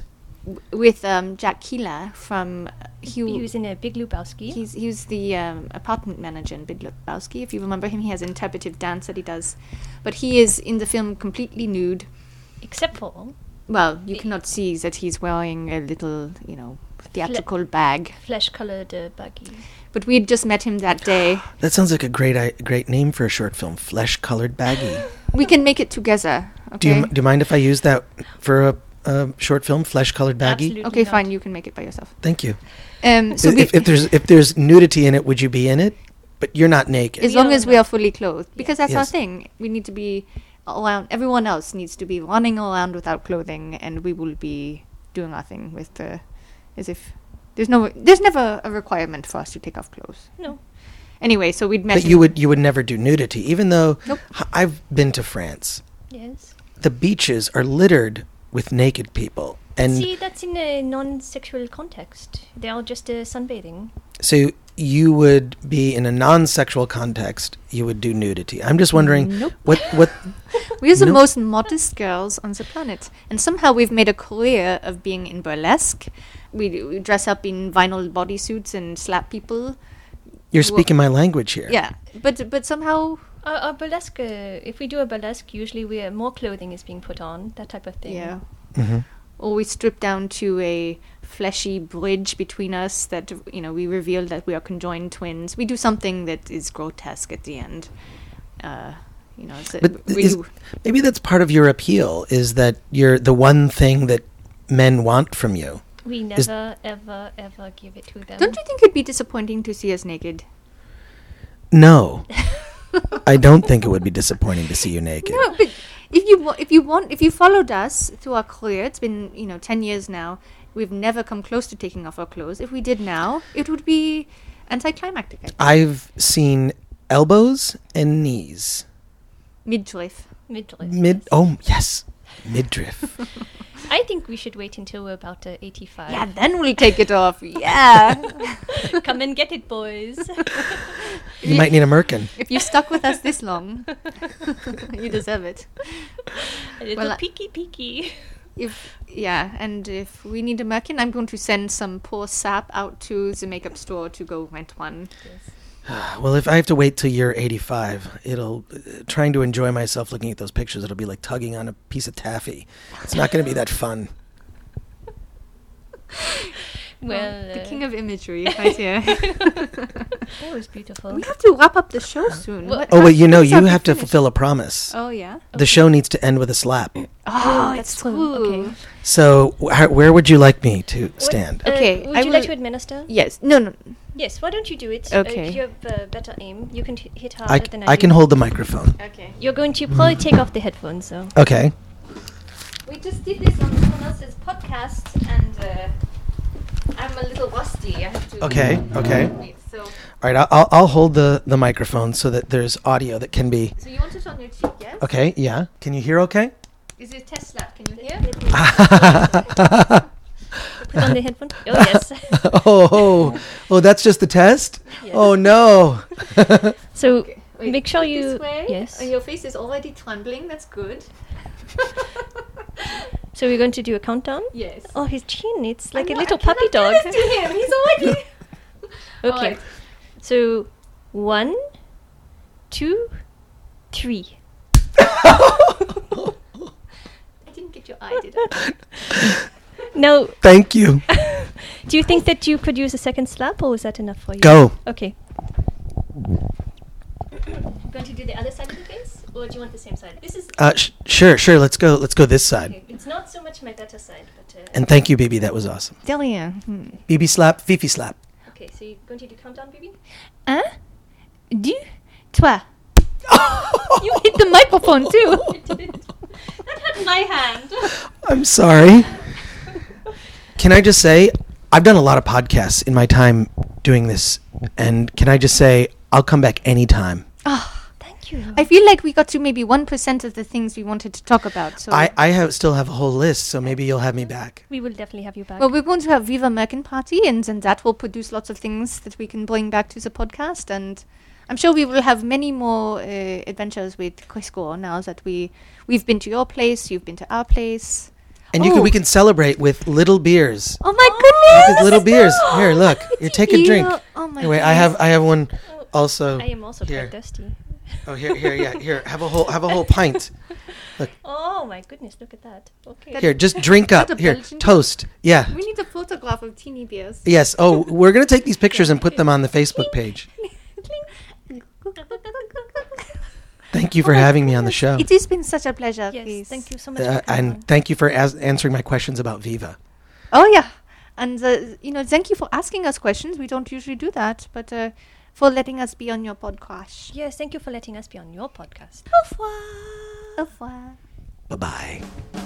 S2: with um, Jack Keeler from. Hugh
S1: he was in a Big Lebowski.
S2: He's he was the um, apartment manager in Big Lebowski. If you remember him, he has interpretive dance that he does, but he is in the film completely nude.
S1: except for
S2: Well, you cannot see that he's wearing a little, you know, theatrical bag.
S1: flesh-colored uh, baggy.
S2: But we had just met him that day.
S3: That sounds like a great i- great name for a short film, Flesh Colored Baggy.
S2: We can make it together. Okay.
S3: Do you m- do you mind if I use that for a, a short film, Flesh Colored Baggy?
S1: Absolutely
S2: okay,
S1: not.
S2: fine. You can make it by yourself.
S3: Thank you.
S2: Um, so we,
S3: if, if there's if there's nudity in it, would you be in it? But you're not naked.
S2: as
S1: We
S2: long
S1: don't
S2: as we
S1: know.
S2: are fully clothed, because that's our
S3: Yes.
S2: thing. We need to be around. Everyone else needs to be running around without clothing, and we will be doing our thing with the, as if there's no, there's never a requirement for us to take off clothes.
S1: No.
S2: Anyway, so we'd met.
S3: but you would you would never do nudity, even though
S2: Nope.
S3: h- I've been to France.
S1: Yes.
S3: The beaches are littered with naked people, and
S1: See, that's in a non-sexual context. They are just uh, sunbathing.
S3: So you would be in a non-sexual context. You would do nudity. I'm just wondering
S2: Nope.
S3: what what.
S2: We are the
S3: No.
S2: most modest girls on the planet, and somehow we've made a career of being in burlesque. We, we dress up in vinyl bodysuits and slap people.
S3: You're speaking my language here.
S2: Yeah, but but somehow,
S1: Our, our burlesque, uh, if we do a burlesque, usually we are, more clothing is being put on, that type of thing.
S2: yeah.
S3: Mm-hmm.
S2: Or we strip down to a fleshy bridge between us that you know we reveal that we are conjoined twins. We do something that is grotesque at the end. Uh, you know, so
S3: But
S2: we
S3: is, maybe that's part of your appeal is that you're the one thing that men want from you.
S1: We
S3: Is-
S1: never, ever, ever give it to them.
S2: don't you think it'd be disappointing to see us naked?
S3: No. I don't think it would be disappointing to see you naked.
S2: No, but if you wa- if you want if you followed us through our career, it's been you know ten years now. We've never come close to taking off our clothes. If we did now, it would be anticlimactic. I think.
S3: I've seen elbows and knees.
S2: Midriff.
S1: Midriff.
S3: Mid oh yes. Midriff.
S1: I think we should wait until we're about uh, 85.
S2: Yeah, then we'll take it off. Yeah.
S1: Come and get it, boys.
S3: you might need a merkin.
S2: if you stuck with us this long, you deserve it.
S1: A little
S2: Well, I-
S1: peeky peeky.
S2: If yeah, and if we need a merkin, I'm going to send some poor sap out to the makeup store to go rent one.
S3: Well, if I have to wait till you're 85, it'll uh, trying to enjoy myself looking at those pictures, it'll be like tugging on a piece of taffy. It's not going to be that fun.
S1: Well,
S2: the
S1: uh,
S2: king of imagery right here.
S1: that was beautiful.
S2: we have to wrap up the show soon.
S1: Well-
S2: What-
S3: Oh,
S2: how-
S3: well, you know,
S2: how does that
S3: you have to
S2: finish?
S3: fulfill a promise.
S2: Oh yeah.
S3: The show needs to end with a slap.
S2: Oh,
S1: that's
S2: it's
S1: true. Okay.
S2: true.
S3: So, wh- where would you like me to stand?
S1: Uh,
S2: Okay,
S1: Would
S2: I
S1: you like
S2: will-
S1: to administer?
S2: Yes. No. No.
S1: Yes. Why don't you do it?
S2: Okay.
S1: Uh, you have uh, better aim. You can t- hit harder
S3: I,
S1: than
S3: c-
S1: I,
S3: I
S1: do.
S3: can hold Mm. the microphone.
S2: Okay.
S1: You're going to probably take off the headphones, though.
S3: Okay.
S2: We just did this on someone else's podcast, and uh, I'm a little rusty. I have to.
S3: Okay. Okay. All
S2: Wait, so,
S3: right. I'll- I'll, I'll hold the, the microphone so that there's audio that can be.
S2: so you want it on your cheek? Yes.
S3: Okay. Yeah. Can you hear okay?
S2: Is it test slap? Can you hear?
S1: Put on the headphone. Oh yes.
S3: oh, oh, oh, that's just the test? Oh, no.
S1: so
S2: Wait,
S1: make sure
S2: look
S1: you.
S2: This way.
S1: Yes.
S2: Uh, your face is already trembling. That's good.
S1: So we're going to do a countdown.
S2: yes.
S1: Oh, his chin. It's like
S2: I'm
S1: a
S2: not-
S1: little
S2: I cannot
S1: puppy
S2: do
S1: dog.
S2: this to him. He's already.
S1: Okay.
S2: Alright.
S1: So one, two, three.
S2: I didn't get your eye, did I?
S1: Now,
S3: Thank you.
S1: do you think that you could use a second slap, or was that enough for you?
S3: Go.
S1: Okay.
S7: Going to do the other side of the face, or do you want the same side? This is
S3: Uh, sh- sure, sure. Let's go. Let's go this side.
S7: it's not so much my better side, but uh,
S3: And thank you, BB. That was awesome.
S2: Delia.
S1: Hmm.
S3: BB slap, Fifi slap.
S7: okay. So you're going to do countdown, baby?
S2: Un, deux, trois. you hit the microphone too.
S7: My hand.
S3: I'm sorry. Can I just say, I've done a lot of podcasts in my time doing this, and can I just say, I'll come back anytime.
S1: Thank you.
S2: Ah. I feel like we got to maybe one percent of the things we wanted to talk about. So,
S3: I, I have, still have a whole list, so maybe you'll have me back.
S1: We will definitely have you back.
S2: well, we're going to have Viva Merkin Party, and then that will produce lots of things that we can bring back to the podcast. And I'm sure we will have many more uh, adventures with Crisco now that we we've been to your place, you've been to our place.
S3: And you can,
S2: Oh.
S3: we can celebrate with little beers.
S2: Oh my goodness!
S3: With little beers. Here, look. Here, take a drink.
S2: You- Oh my Oh,
S3: Anyway, I have I have one also.
S1: I am also
S3: here.
S1: quite dusty.
S3: Oh, here, here, yeah, here. Have a whole have a whole pint.
S1: Oh my goodness, look at that. Okay.
S3: Here, just drink up.
S2: that a
S3: Here,
S2: Belgian?
S3: toast. Yeah.
S2: We need a photograph of teeny beers.
S3: Yes. Oh, we're gonna take these pictures and put them on the Facebook page. Thank you
S2: Oh
S3: for having me on the show.
S2: It has been such a pleasure.
S1: Yes,
S2: please.
S1: thank you so much.
S3: Uh,
S1: for coming on.
S3: and thank you for as- answering my questions about Viva.
S2: Oh yeah, and uh, you know, thank you for asking us questions. We don't usually do that, but uh, for letting us be on your podcast.
S1: Yes, thank you for letting us be on your podcast.
S2: Au revoir.
S3: Bye bye.